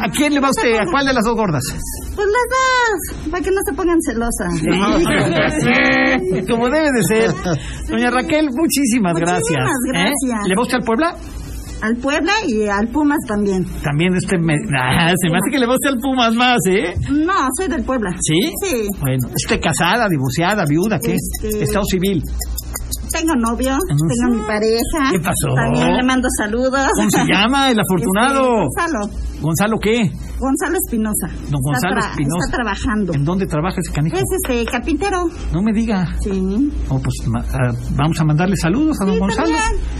¿A quién le va usted? ¿A cuál de las dos gordas?
Pues las das, para que no se pongan celosas.
*laughs* Sí, Como debe de ser. Doña Raquel, muchísimas, gracias. ¿eh?
Muchísimas gracias.
¿Le va usted al Puebla?
Al Puebla y al Pumas también.
También este... Me... *laughs* Ah, se me hace que le va usted al Pumas más, ¿eh?
No, soy del Puebla.
¿Sí?
Sí.
Bueno, ¿usted casada, divorciada, viuda, qué?
Este-
Estado civil.
Tengo novio, tengo mi pareja.
¿Qué pasó?
También le mando saludos.
¿Cómo
*laughs*
se llama el afortunado?
Este, Gonzalo.
¿Gonzalo qué?
Gonzalo Espinosa.
Don
Está
Gonzalo
tra-
Espinosa.
Está trabajando.
¿En dónde trabaja ese canijo?
Es este carpintero.
No me diga.
Sí.
Oh, pues ma- ah, vamos a mandarle saludos a don
Sí,
Gonzalo.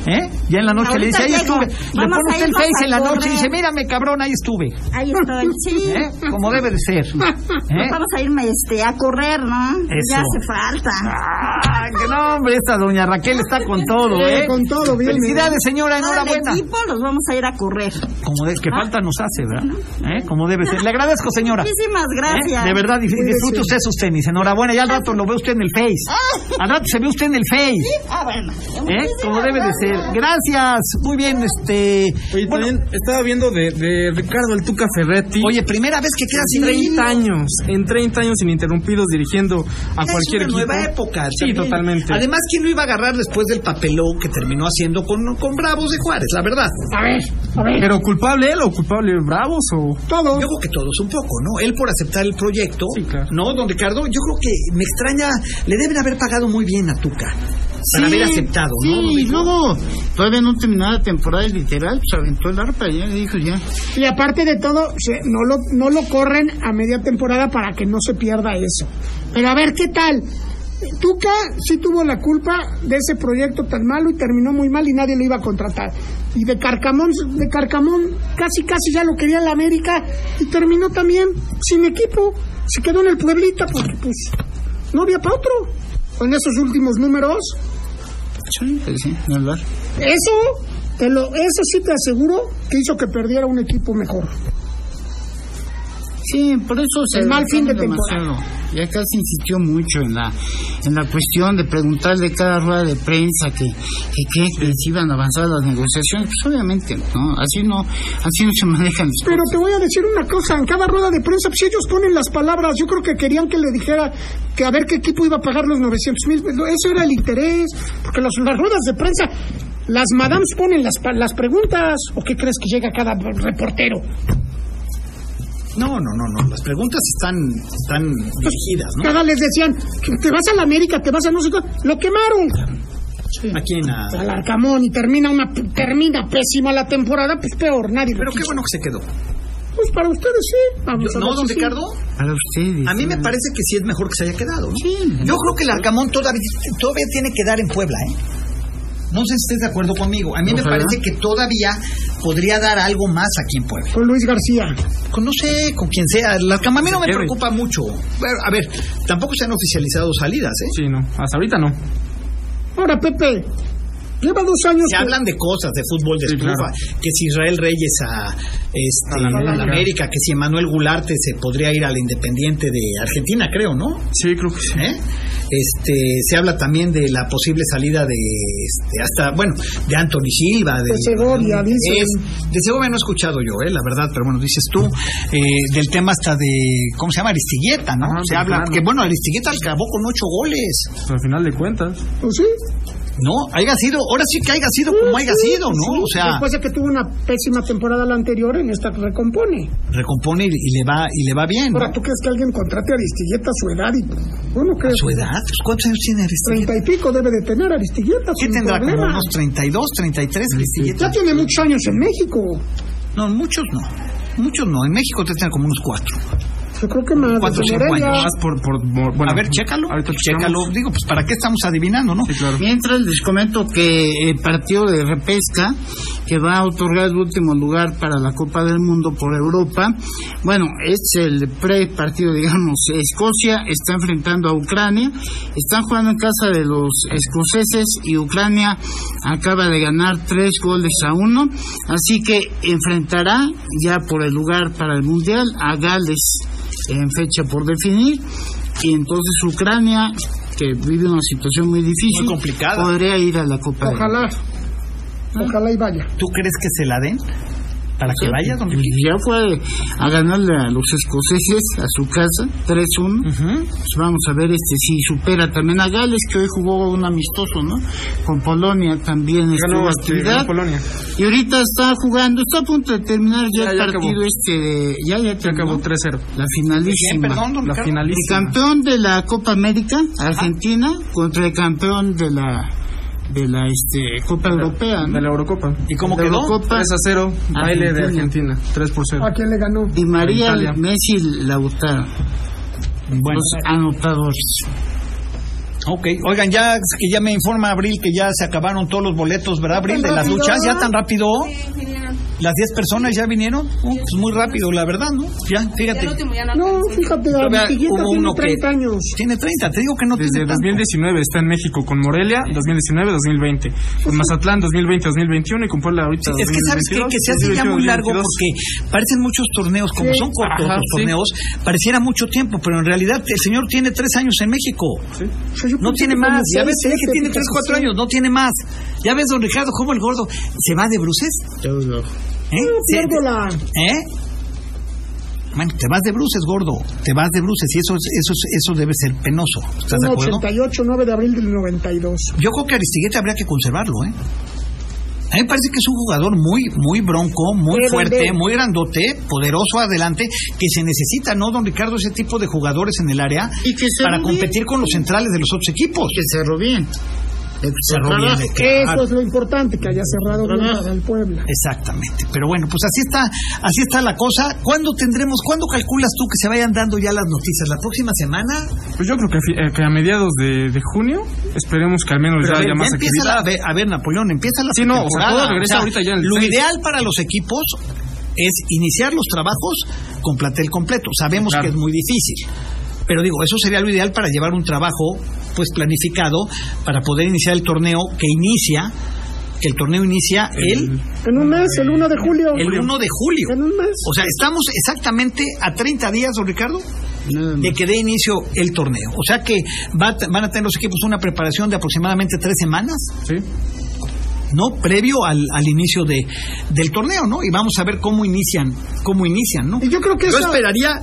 ¿Eh? Ya en la noche le dice,
Ahorita
ahí
llego.
estuve. Le
Vamos
pone
a
usted el
irnos
face
a
en la noche y
correr.
dice, mírame cabrón, ahí estuve.
Ahí estoy. Sí.
*laughs* ¿Eh? Como debe de
*laughs*
ser. ¿Eh?
Pues Vamos a irme este, a correr, ¿no?
Eso.
Ya hace falta.
Ah, que no, hombre, esta doña Raquel está con todo, ¿eh?
Con todo, bien.
Felicidades, señora,
Todo el
enhorabuena.
equipo los vamos a ir a correr.
Como de,
Ah.
que falta nos hace, ¿verdad? ¿Eh? Como debe ser. Le agradezco, señora.
Muchísimas gracias.
¿Eh? De verdad, dif- disfrute usted sus tenis. Enhorabuena, ya al rato lo ve usted en el Face. Al rato se ve usted en el Face,
Ah, bueno.
¿eh?
Muchísimas
Como debe de
gracias.
ser. Gracias. Muy bien, este.
Oye,
bueno,
también estaba viendo de, de Ricardo el Tuca Ferretti.
oye, primera vez que queda
en
sin
30 años, en 30 años ininterrumpidos dirigiendo a
Es una
cualquier equipo.
nueva época.
Sí,
también.
totalmente.
Además, ¿quién lo iba a agarrar después del papelón que terminó haciendo con, con Bravos de Juárez? La verdad.
Pero culpable él o culpable Bravos o
Yo creo que todos un poco, ¿no? Él por aceptar el proyecto,
Sí, claro.
¿no? Don Ricardo, yo creo que me extraña, le deben haber pagado muy bien a Tuca para haber aceptado,
sí,
¿no?
y luego todavía no terminaba la temporada y literal, pues aventó el arpa y ya le dijo ya.
Y aparte de todo, se- no lo, no lo corren a media temporada para que no se pierda eso. Pero a ver, ¿qué tal? Tuca sí tuvo la culpa de ese proyecto tan malo y terminó muy mal y nadie lo iba a contratar. Y de Carcamón, de Carcamón casi casi ya lo quería la América y terminó también sin equipo. Se quedó en el pueblito porque pues no había para otro. En esos últimos números,
Sí, pues sí, ni hablar.
eso, te lo, eso sí te aseguro que hizo que perdiera un equipo mejor.
Sí, por eso se
El mal fin de
adelantaron demasiado. Y acá se insistió mucho en la en la cuestión de preguntarle cada rueda de prensa que que, qué, que si iban a avanzar las negociaciones, pues obviamente no, así no, así no se manejan los
Pero te voy a decir una cosa, en cada rueda de prensa, pues ellos ponen las palabras, yo creo que querían que le dijera que a ver qué equipo iba a pagar los 900 mil, pues, eso era el interés, porque las, las ruedas de prensa, las madams ponen las, pa- las preguntas, ¿o qué crees que llega cada reportero?
No, no, no, no. Las preguntas están, están
Pues,
dirigidas, ¿no?
Cada les decían, te vas a la América, te vas a no sé qué, lo quemaron.
¿A quién? A-
Al Arcamón y termina una termina pésima la temporada, pues peor, nadie lo
Pero qué
quiso.
bueno que se quedó.
Pues para ustedes sí, vamos
Yo-
a
¿No,
ver
don
si sí.
Ricardo?
para ustedes.
A mí me
¿no?
parece que sí es mejor que se haya quedado. ¿no?
Sí.
Yo creo que el Arcamón todavía, todavía tiene que dar en Puebla, ¿eh? No sé si estés de acuerdo conmigo. A mí me
Ojalá.
parece que todavía podría dar algo más aquí en Puebla.
Con Luis García.
Con no sé, con quien sea. El Arcamón a mí no me
Eve.
preocupa mucho. Pero, a ver, tampoco se han oficializado salidas, ¿eh?
sí, no, hasta ahorita no.
Ahora, Pepe, Lleva dos años.
*laughs* Se hablan de cosas, de fútbol de
Sí,
estufa,
claro.
que si Israel Reyes a, este,
A la
a la
América,
América, que si Emanuel Gularte se podría ir al Independiente de Argentina, creo, ¿no?
Sí, creo que sí.
¿eh? Este, se habla también de la posible salida de este, hasta bueno de Anthony Silva de,
De Segovia, dicen.
Es- de Segovia no he escuchado yo eh, la verdad pero bueno dices tú eh, del tema hasta de cómo se llama Aristigueta no
Ah,
se
sí,
habla
claro.
que bueno Aristigueta acabó con ocho goles
Pues, al final de cuentas.
Pues sí.
no haya sido ahora sí que haya sido como haya sido no o sea
Después de que tuvo una pésima temporada la anterior, en esta recompone.
recompone y, y le va y le va bien ¿no?
Ahora, ¿tú crees que alguien contrate a Aristigueta a su edad? Y, bueno, ¿qué?
su edad pues, cuántos años tiene Aristigueta
Treinta y pico debe de tener Aristigueta.
¿Qué
sin
tendrá? ¿Como
problema.
unos 32, 33? Aristigueta?
Ya tiene muchos años en México.
No, muchos no. Muchos no. En México te tienen como unos cuatro.
Yo creo que más.
Cuatro,
desde
cinco
Pues, Morelia.
años.
Más por, por, por- bueno,
a ver, chécalo.
ahorita
Chécalo.
checamos.
Digo, pues para qué estamos adivinando, ¿no?
Sí, claro.
Mientras les comento que el partido de repesca que va a otorgar el último lugar para la Copa del Mundo por Europa, bueno, es el pre-partido, digamos. Escocia está enfrentando a Ucrania, están jugando en casa de los escoceses y Ucrania acaba de ganar tres goles a uno, así que enfrentará ya por el lugar para el Mundial a Gales en fecha por definir y entonces Ucrania que vive una situación muy difícil
Muy complicada.
podría ir a la Copa del Mundo.
Ojalá. Ojalá y vaya.
¿Tú crees que se la den? Para que vaya donde
Pues ya fue a ganarle a los escoceses a su casa 3-1 Pues vamos a ver este si supera también a Gales que hoy jugó un amistoso no con Polonia también estuvo
Ganó, este, ganó
actividad
Polonia.
y ahorita está jugando está a punto de terminar ya,
Ya,
el
ya
partido
acabó.
este de, ya ya
Ya acabó
terminó.
3-0.
la finalísima
La
El
finalísima.
campeón de la Copa América Argentina contra el campeón de la de la este, Copa Europea ¿no?
De la Eurocopa.
¿Y cómo
De
quedó?
Eurocopa,
3 a 0, baile de
Argentina.
Argentina, 3 por 0.
¿A quién le ganó?
Di María,
Italia.
Messi, Lautaro,
Bueno,
los anotadores.
ok. Oigan, ya que ya me informa Abril que ya se acabaron todos los boletos, ¿verdad, Abril?
Pues
De las luchas, ya tan rápido. Las 10 personas ya vinieron. Uh, pues muy rápido, la verdad, ¿no? Ya, fíjate.
No, fíjate,
Todavía
Aristigueta
hubo
tiene
uno que-
30 años.
Tiene 30, te digo que no tiene
Desde
tanto.
2019 está en México con Morelia, 2019-2020. Con Mazatlán 2020-2021 y con Puebla ahorita.
Sí, es que sabes qué? que, se hace ya muy largo porque parecen muchos torneos, como son cortos
Ajá,
los
sí.
torneos, pareciera mucho tiempo, pero en realidad el señor tiene tres años en México.
Pues Yo- yo
No
pensé
tiene
que
más,
como
ya
seis,
ves, es que
siete,
tiene tres,
casi
cuatro
sí.
años, no tiene más. Ya ves, don Ricardo, cómo el gordo se va de bruces.
Ah,
¿Eh? Se-
Pierdo la-
¿Eh? Bueno, te vas de bruces, gordo. Te vas de bruces y eso, es- eso, es- eso debe ser penoso. ¿Estás de
Uno
acuerdo?
88, 9 de abril del 92.
Yo creo que Aristiguete habría que conservarlo, ¿eh? A mí me parece que es un jugador muy, muy bronco, muy
Puede
fuerte,
vender.
muy grandote, poderoso adelante, que se necesita, ¿no, don Ricardo? Ese tipo de jugadores en el área
Y que se
para
rodee.
competir con los centrales de los otros equipos.
Que cerró bien. Eh,
Cerró bien,
trabajo.
eh, claro.
Eso es lo importante, que haya cerrado bien
Trabajo.
para el Puebla.
Exactamente. Pero bueno, pues así está, así está la cosa. ¿Cuándo tendremos, cuándo calculas tú que se vayan dando ya las noticias? ¿La próxima semana?
Pues yo creo que, a fi- eh, que a mediados de, de junio esperemos que al menos
Pero a
ya
ver,
haya
ya
más
empieza
actividad.
la, a ver- a ver, Napoleón, empieza la
Sí, no, o sea,
pretemporada.
todo regresa ahorita ya en el
Lo
seis.
ideal para los equipos es iniciar los trabajos con platel completo. Sabemos
Claro.
que es muy difícil. Pero digo, eso sería lo ideal para llevar un trabajo pues planificado para poder iniciar el torneo que inicia, que el torneo inicia el,
En un mes, el 1 de julio.
el 1 de julio.
En un mes.
O sea, estamos exactamente a 30 días, don Ricardo,
Nada
Mm.
más.
de que dé inicio el torneo. O sea que va a t- van a tener los equipos una preparación de aproximadamente tres semanas.
Sí.
¿no? Previo al, al inicio de, del torneo, ¿no? Y vamos a ver cómo inician, cómo inician, ¿no?
Y yo creo que
Yo
eso.
esperaría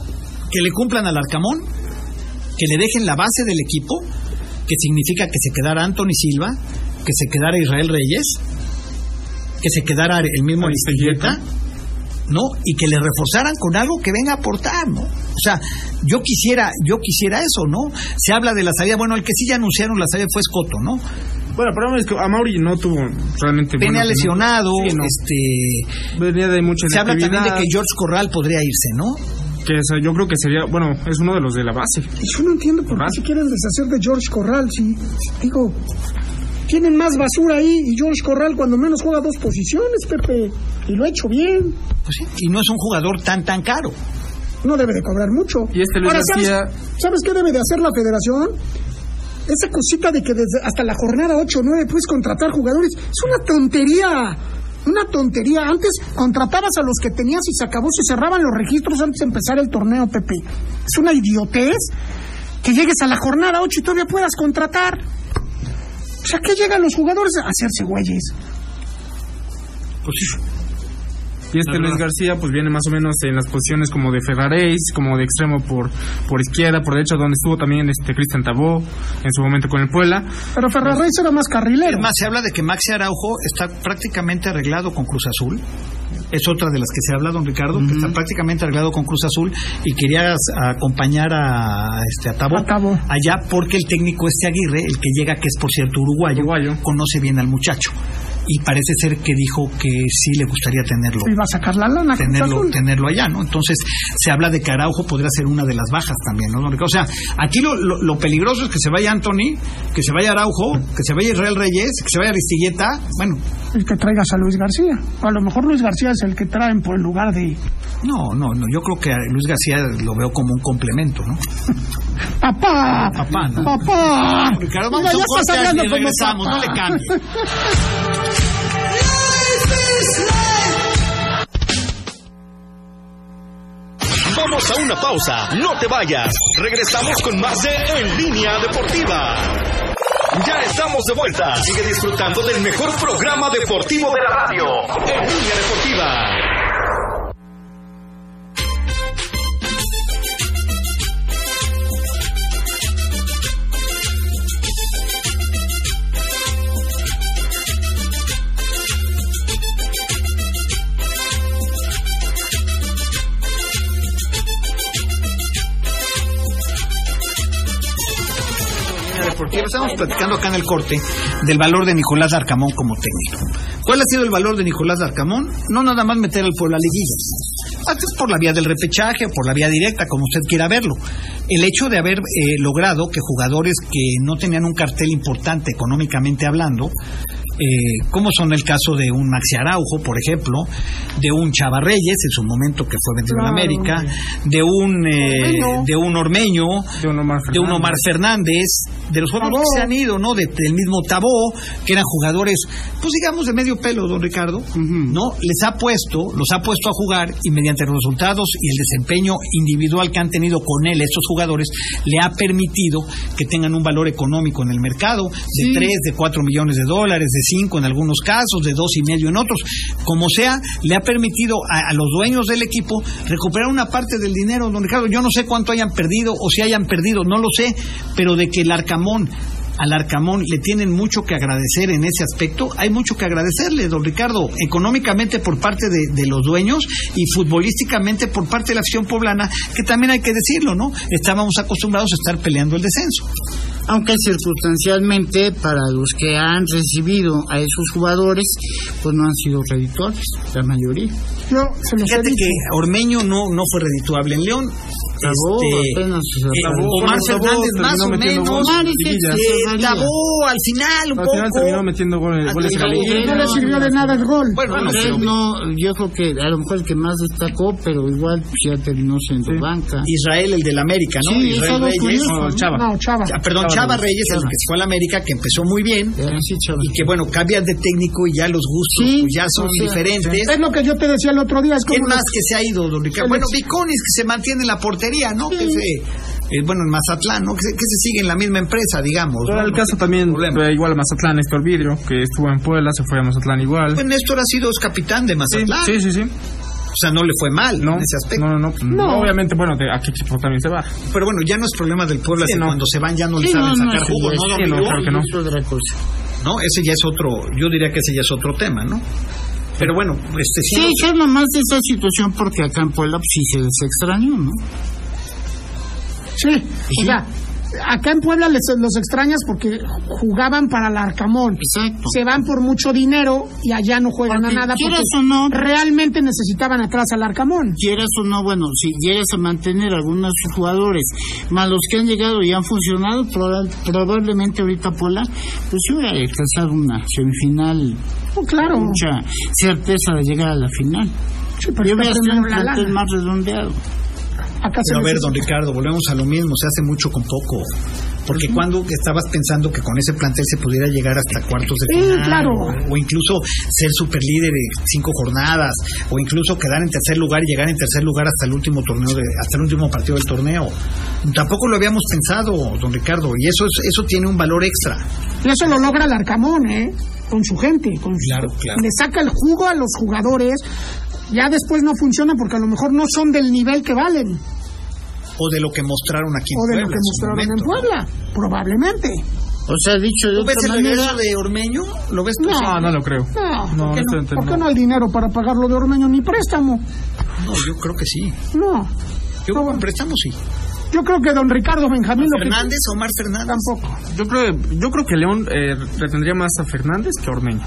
que le cumplan al Arcamón, que le dejen la base del equipo, que significa que se quedara Anthony Silva, que se quedara Israel Reyes, que se quedara el mismo
Aristeguieta.
Aristeguieta, ¿no? Y que le reforzaran con algo que venga a aportar, ¿no? O sea, yo quisiera, yo quisiera eso, ¿no? Se habla de la salida, bueno, el que sí ya anunciaron la salida fue Escoto, ¿no?
Bueno, el problema es que Amauri no tuvo realmente.
Venía
buenas-
lesionado,
Sí, no.
este,
Venía de mucha
Se habla también de
inactividad,
que George Corral podría irse, ¿no? Pues
que, o sea, yo creo que sería. Bueno, es uno de los de la base.
Yo no entiendo por qué
¿Verdad?
se quieren deshacer de George Corral. Si, digo, tienen más basura ahí y George Corral cuando menos juega dos posiciones, Pepe. Y lo ha hecho bien.
Pues sí, y no es un jugador tan tan caro.
No debe de cobrar mucho.
Y es que Luis
Ahora,
García-
¿sabes, ¿sabes qué debe de hacer la federación? esa cosita de que desde hasta la jornada 8 o 9 puedes contratar jugadores, es una tontería. Una tontería. Antes contratabas a los que tenías y se acabó, se cerraban los registros antes de empezar el torneo, Pepe. Es una idiotez que llegues a la jornada 8 y todavía puedas contratar. O sea, ¿qué llegan los jugadores a hacerse güeyes?
Pues sí. Y este Luis García pues viene más o menos en las posiciones como de Ferraréis, como de extremo por, por izquierda, por derecha, donde estuvo también este Cristian Tabó en su momento con el Puebla.
Pero Ferraréis era más carrilero.
Además, se habla de que Maxi Araujo está prácticamente arreglado con Cruz Azul. Es otra de las que se habla, don Ricardo, que está prácticamente arreglado con Cruz Azul y quería as- acompañar a, este, a, Tabo,
A Tabo.
allá porque el técnico este Aguirre, el que llega, que es por cierto uruguayo, conoce bien al muchacho. Y parece ser que dijo que sí le gustaría tenerlo
Iba a sacar la lana. Cruz
tenerlo,
Azul.
tenerlo allá, ¿no? Entonces, se habla de que Araujo podría ser una de las bajas también, ¿no? don Ricardo? O sea, aquí lo, lo- lo peligroso es que se vaya Anthony, que se vaya Araujo, que se vaya Israel Reyes, que se vaya Aristilleta, bueno,
El que traigas a Luis García. O a lo mejor Luis García es el que traen por el lugar de.
no, no, no, yo creo que a Luis García lo veo como un complemento, ¿no?
¡Papá!
Papá, ¿no?
¡Papá!
Ricardo, vamos
Mira,
a
ya
un
estás
corte
hablando
y
como
regresamos, no
papá.
le cambie.
Vamos a una pausa, no te vayas. Regresamos con más de En Línea Deportiva. Ya estamos de vuelta. Sigue disfrutando del mejor programa deportivo de la radio. En Línea Deportiva.
Porque estamos platicando acá en el corte del valor de Nicolás Arcamón como técnico. ¿Cuál ha sido el valor de Nicolás Arcamón? No nada más meter al pueblo a liguilla. Antes por la vía del repechaje o por la vía directa, como usted quiera verlo. El hecho de haber eh, logrado que jugadores que no tenían un cartel importante económicamente hablando, eh, como son el caso de un Maxi Araujo, por ejemplo, de un Chava Reyes, en su momento que fue vendido a
Claro.
América, de un, eh, de un Ormeño,
De un Omar
de un Omar Fernández, de los jugadores que
Tabó.
se han ido, ¿no? De- del mismo Tabó, que eran jugadores, pues digamos, de medio pelo, don Ricardo, ¿no? Les ha puesto, los ha puesto a jugar y mediante los resultados y el desempeño individual que han tenido con él estos jugadores, le ha permitido que tengan un valor económico en el mercado de 3, de 4 millones de dólares, de 5 en algunos casos, de dos y medio en otros. Como sea, le ha permitido a, a los dueños del equipo recuperar una parte del dinero, don Ricardo. Yo no sé cuánto hayan perdido o si hayan perdido, no lo sé, pero de que el Arcamón, al Arcamón le tienen mucho que agradecer en ese aspecto, hay mucho que agradecerle, don Ricardo, económicamente por parte de, de los dueños y futbolísticamente por parte de la acción poblana, que también hay que decirlo, ¿no? Estábamos acostumbrados a estar peleando el descenso.
aunque circunstancialmente para los que han recibido a esos jugadores, pues no han sido reditores, la mayoría.
Yo se los he
Fíjate
dicho.
que Ormeño no, no fue redituable en León.
Tabó
Este,
apenas se
eh,
acabó.
Omar
Tabó
Fernández
terminó
más o
metiendo
menos.
goles en
Eh,
liguilla.
Tabó al final un
Al final terminó
poco.
metiendo goles, goles en la
Ante-
liguilla.
No le sirvió de nada el gol.
Bueno, bueno,
Él
pero-
no, yo creo que a lo mejor el que más destacó, pero igual pues, ya terminó siendo banca.
Israel, el del América, ¿no?
Sí, pues,
Israel
es algo
Reyes.
curioso,
no, Chava.
No, Chava.
Ah, perdón, Chava Reyes, el que se fue al América, que empezó muy bien.
Ya, sí, chaval.
Y que bueno, cambias de técnico y ya los gustos
Sí,
pues, ya son
sí,
diferentes.
Es lo que yo te decía el otro día. Es
¿Quién
como
más que se ha ido, don Ricardo?
El
Bueno,
ex-
Viconis, que se mantiene en la portería, ¿no? Que se, eh, bueno, en Mazatlán, ¿no? Que se, que se sigue en la misma empresa, digamos.
Pero
¿no?
el caso también,
Problema.
eh, igual a Mazatlán, Néstor Vidrio, que estuvo en Puebla, se fue a Mazatlán igual.
Pues Néstor ha sido ex capitán de
Sí,
Mazatlán.
sí, sí, sí.
O sea, no le fue mal
No,
en ese aspecto.
no, no, no. Obviamente, bueno, de, a qué equipo también se va.
Pero bueno, ya no es problema del pueblo.
Sí,
así
no.
Cuando se van ya no le
Sí,
saben
no, no,
sacar
sí,
jugo, ¿no?
sí, no,
Domingo?
claro que no.
Es otra cosa.
No, ese ya es otro, yo diría que ese ya es otro tema, ¿no? Pero bueno, este sí.
Sí, yo nomás de esa situación porque acá en Puebla pues, sí se les extrañó, ¿no?
Sí, o sea, acá en Puebla les, los extrañas porque jugaban para el Arcamón.
Exacto.
Se van por mucho dinero y allá no juegan
Porque
a nada
quieras
porque
o no.
realmente necesitaban atrás al Arcamón.
Quieras o no, bueno, si llegas a mantener algunos jugadores, más los que han llegado y han funcionado, proba- probablemente ahorita Puebla, pues sí hubiera alcanzado una semifinal,
Oh, claro.
mucha certeza de llegar a la final.
Sí, pero está
Yo hubiera sido
primero
un
la
plantel
lana.
más redondeado.
Acá se
Pero a ver,
necesita-
don Ricardo, volvemos a lo mismo, se hace mucho con poco.
Pues,
Porque cuando estabas pensando que con ese plantel se pudiera llegar hasta cuartos de final,
claro.
o, o incluso ser superlíder en cinco jornadas, o incluso quedar en tercer lugar y llegar en tercer lugar hasta el último torneo, de, hasta el último partido del torneo. Tampoco lo habíamos pensado, don Ricardo, y eso es- eso tiene un valor extra.
Y eso lo logra el Arcamón, ¿eh? Con su gente. Con su-
Claro, claro.
Le saca el jugo a los jugadores. Ya después no funciona porque a lo mejor no son del nivel que valen.
o de lo que mostraron aquí en
o
Puebla
de lo que
en su
mostraron en
momento.
Puebla. Probablemente.
O sea, dicho de
¿Tú ves
otra
el
manera,
regreso de Ormeño? ¿Lo ves tú?
No, no lo creo.
No, ¿por, qué
No, no
no?
estoy entendiendo.
¿Por qué no hay dinero para pagarlo de Ormeño ni préstamo?
No, yo creo que sí.
No.
Yo creo que prestamos sí.
Yo creo que don Ricardo Benjamín lo que...
Fernández, Omar Fernández.
Tampoco.
Yo creo, yo creo que León eh, retendría más a Fernández que a Ormeño.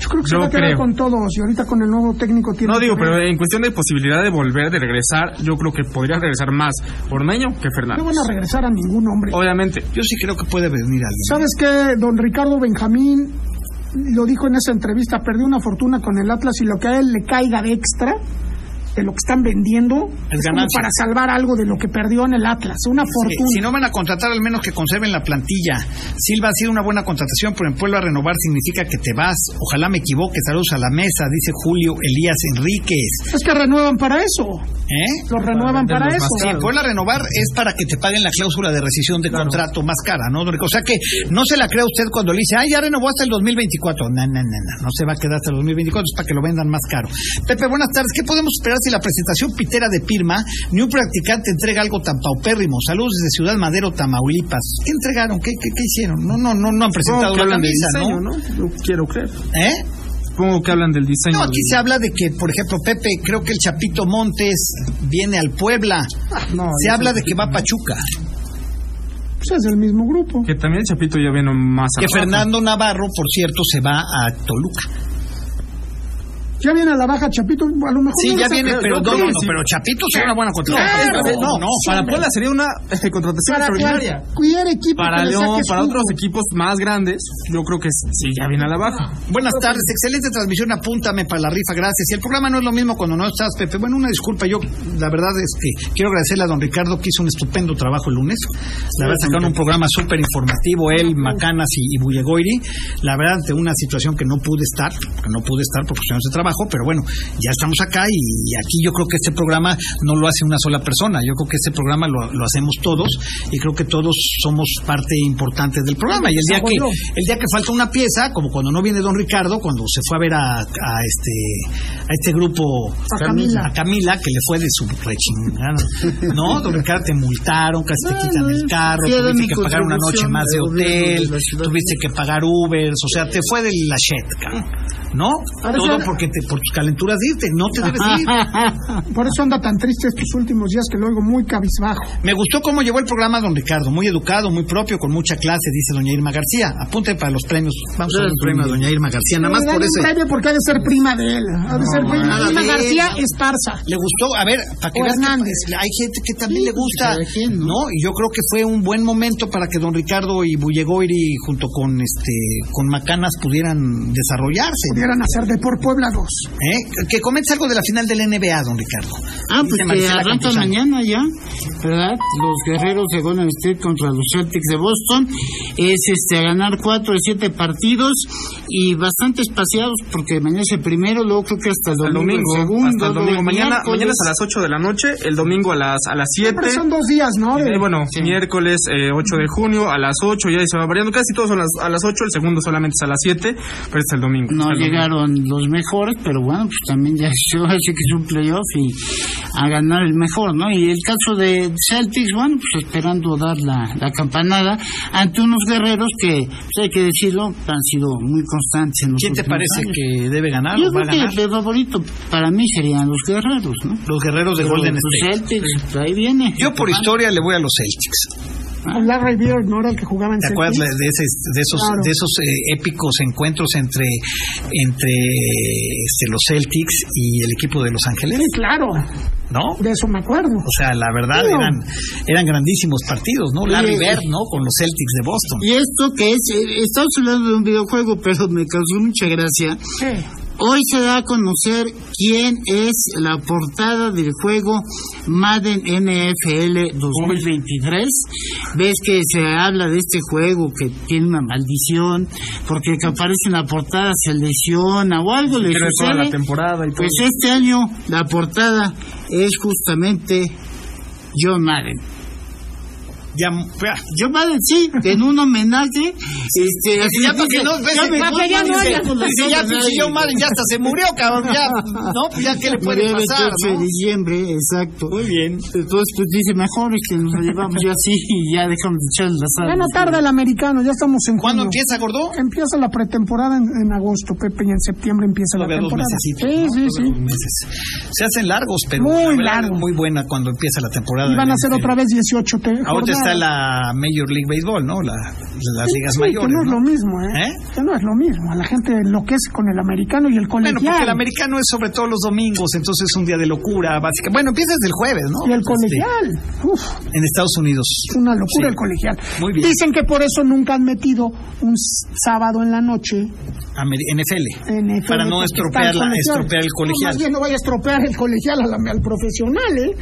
Yo creo que se
Yo
va a quedar
creo.
con todos y ahorita con el nuevo técnico tiene...
No
que
digo,
ver.
pero en cuestión de posibilidad de volver, de regresar, yo creo que podría regresar más Ormeño que
No
Fernández.
van a regresar a ningún hombre.
Obviamente.
Yo sí creo que puede venir alguien.
¿Sabes qué? Don Ricardo Benjamín lo dijo en esa entrevista, perdió una fortuna con el Atlas y lo que a él le caiga de extra de lo que están vendiendo es, como
ganancia.
para salvar algo de lo que perdió en el Atlas, una
Sí,
fortuna.
Si no van a contratar, al menos que conserven la plantilla. Silva ha sido una buena contratación, pero en Puebla renovar significa que te vas. Ojalá me equivoque. Saludos a la mesa, dice Julio Elías Enríquez.
Es que renuevan para eso,
¿Eh?
lo renuevan para
venderlos
eso.
más
Sí, en Puebla renovar es para que te paguen la cláusula de rescisión de contrato más cara, ¿no? O sea que no se la crea usted cuando le dice, ah, ya renovó hasta el 2024. No, no, no, no, no se va a quedar hasta el 2024, es para que lo vendan más caro. Pepe, buenas tardes. ¿Qué podemos esperar si la presentación pitera de Pirma ni un practicante entrega algo tan paupérrimo? Saludos desde Ciudad Madero, Tamaulipas. ¿Qué entregaron? ¿Qué, qué, qué hicieron? No, no, no, no han
Supongo
presentado
que
la
hablan del
camisa,
diseño,
¿no?
¿no? Yo quiero creer.
¿Eh?
Supongo que hablan del diseño.
No, aquí
del-
se habla de que, por ejemplo, Pepe, creo que el Chapito Montes viene al Puebla.
Ah,
no,
se
yo
habla de que va a Pachuca.
Pues es del mismo grupo.
Que también el Chapito ya vino más
Que
abajo.
Fernando Navarro, por cierto, se va a Toluca.
Ya viene a la baja Chapito, a lo mejor...
Sí,
no
ya
lo saca.
viene,
creo,
pero
yo
no,
creo
no,
que
no,
sí.
pero Chapito será una buena contratación.
Claro,
no, no,
para
para
Puebla sería una eh, contratación
Para que
extraordinaria.
al- cualquier equipo
Para
que le
León,
saques
para
jugo.
otros equipos más grandes, yo creo que sí, ya viene a la baja.
Buenas tardes, excelente transmisión, apúntame para la rifa, gracias. Y el programa no es lo mismo cuando no estás, Pepe. Bueno, una disculpa, yo la verdad es que quiero agradecerle a don Ricardo que hizo un estupendo trabajo el lunes. La verdad sacaron un programa súper informativo, él, Macanas y, y Bullegoiri. La verdad, ante una situación que no pude estar, que no pude estar por cuestiones de trabajo, pero bueno, ya estamos acá y, aquí yo creo que este programa no lo hace una sola persona, yo creo que este programa lo, lo hacemos todos y creo que todos somos parte importante del programa. Y el
Ah,
día que, el día que falta una pieza, como cuando no viene don Ricardo, cuando se fue a ver a, a este a este grupo
A Camila.
a Camila, que le fue de su rechingada.
*laughs*
No, don Ricardo, te multaron, casi te quitan el carro,
sí, era
tuviste
mi
que pagar una noche
contribución
más de
al gobierno de
hotel,
la ciudad.
tuviste que pagar Ubers, o sea, te fue de la shit, cabrón. ¿no?
Ahora
Todo
sí.
porque te, por tus calenturas de irte, no te debes
*laughs*
ir.
Por eso anda tan triste estos últimos días que lo oigo muy cabizbajo.
Me gustó cómo llevó el programa don Ricardo, muy educado, muy propio, con mucha clase, dice doña Irma García. Apunte para los premios. Vamos a dar un premio a doña Irma García, nada más
Le dan
por
un
ese.
premio porque ha de ser prima de él. Ha de ser prima
nada
Irma
de él.
García Esparza.
Le gustó, a ver, para que
O
veas que pues,
Hernández. pues,
hay gente que también le gusta, ¿no? Y yo creo que fue un buen momento para que don Ricardo y Bullegoiri junto con este con Macanas pudieran desarrollarse.
Pudieran hacer de por Puebla 2.
¿eh? Que comente algo de la final del NBA, don Ricardo.
Ah,
Dice
pues que
Marcela
arranca
Campuzano.
mañana ya, ¿verdad? Los guerreros de Golden State contra los Celtics de Boston. Es este, ganar cuatro de siete partidos y bastante espaciados porque mañana es el primero, luego creo que hasta el
El
domingo,
domingo,
el segundo.
hasta el domingo.
luego el
Mañana,
miércoles.
mañana es a las 8 de la noche, el domingo a las, a las 7.
Siempre son dos días, ¿no? De-
Eh, bueno, miércoles eh, 8 de junio a las 8, ya se va variando. Casi todos son las, a las 8, el segundo solamente es a las 7, pero es el domingo.
No
El domingo.
llegaron los mejores, pero bueno, pues también ya *laughs* yo así que es un playoff y a ganar el mejor, ¿no? Y el caso de Celtics, bueno, pues esperando dar la, la campanada ante unos guerreros que, pues, hay que decirlo, han sido muy constantes en los
¿Quién te
últimos
parece
años.
que debe ganar
Pues, Yo
o va a
creo
ganar?
que el favorito para mí serían los guerreros, ¿no?
Los guerreros de
Pero
Golden
los
State.
Celtics, pues, ahí viene.
Yo por historia le voy a los Celtics.
Con Larry Bird, ¿no era el que jugaba en
¿Te acuerdas
Celtics?
de, ese- de esos
Claro.
de esos eh, épicos encuentros entre entre este, los Celtics y el equipo de Los Ángeles?
Sí, claro,
¿No?
de eso me acuerdo.
O sea, la verdad
Sí, no.
eran eran grandísimos partidos, ¿no? Larry
Sí.
Bird, ¿no? Con los Celtics de Boston.
Y esto que es, eh, estamos hablando de un videojuego, pero me causó mucha gracia.
Sí.
Hoy se da a conocer quién es la portada del juego Madden NFL 2023. Ves que se habla de este juego que tiene una maldición, porque el que aparece en la portada se lesiona o algo le
Pierde toda la
sucede.
temporada y todo.
Pues este año la portada es justamente John Madden.
Ya,
John Madden, sí, en un homenaje. Este,
ya para que no ves
Ya me
ya,
voy,
ya,
Madden,
ya,
con los
dice, ya,
ojos
pues,
ahí.
si yo madre ya hasta se murió cabrón ya no pues ya qué le puede
Murió el
pasar
28
¿no?
de diciembre, exacto. Muy bien. Entonces, pues dice, mejor es que nos lo llevamos ya así y ya dejamos de echar las
Ya no tarda el americano, ya estamos en
¿Eh? ¿Cuándo
junio.
empieza, gordo?
Empieza la pretemporada en, en agosto, Pepe, y en septiembre empieza la
Todavía dos
temporada. Sí,
mesecitos,
sí,
Dos
sí.
meses. Se hacen largos, pero
Muy
la verdad
largo.
es muy buena cuando empieza la temporada.
Y van
en
a ser
el-
otra vez 18 te
Ahorita
jornadas.
está la Major League Baseball, ¿no? La- las
Sí,
ligas
sí,
mayores.
Que no es
¿no?
lo mismo, ¿eh?
¿Eh?
Que no es lo mismo. A la gente enloquece con el americano y el
Bueno,
colegial.
porque el americano es sobre todo los domingos, entonces es un día de locura básica. Bueno, empieza desde el jueves, ¿no?
Y el
Este,
colegial. Uf.
en Estados Unidos.
Es una locura
Sí.
el colegial.
Muy bien.
Dicen que por eso nunca han metido un s- sábado en la noche
Ameri- NFL.
en el
Para no estropear la- estropear el colegial.
No, más bien no vaya a estropear el colegial a la- al profesional, ¿eh?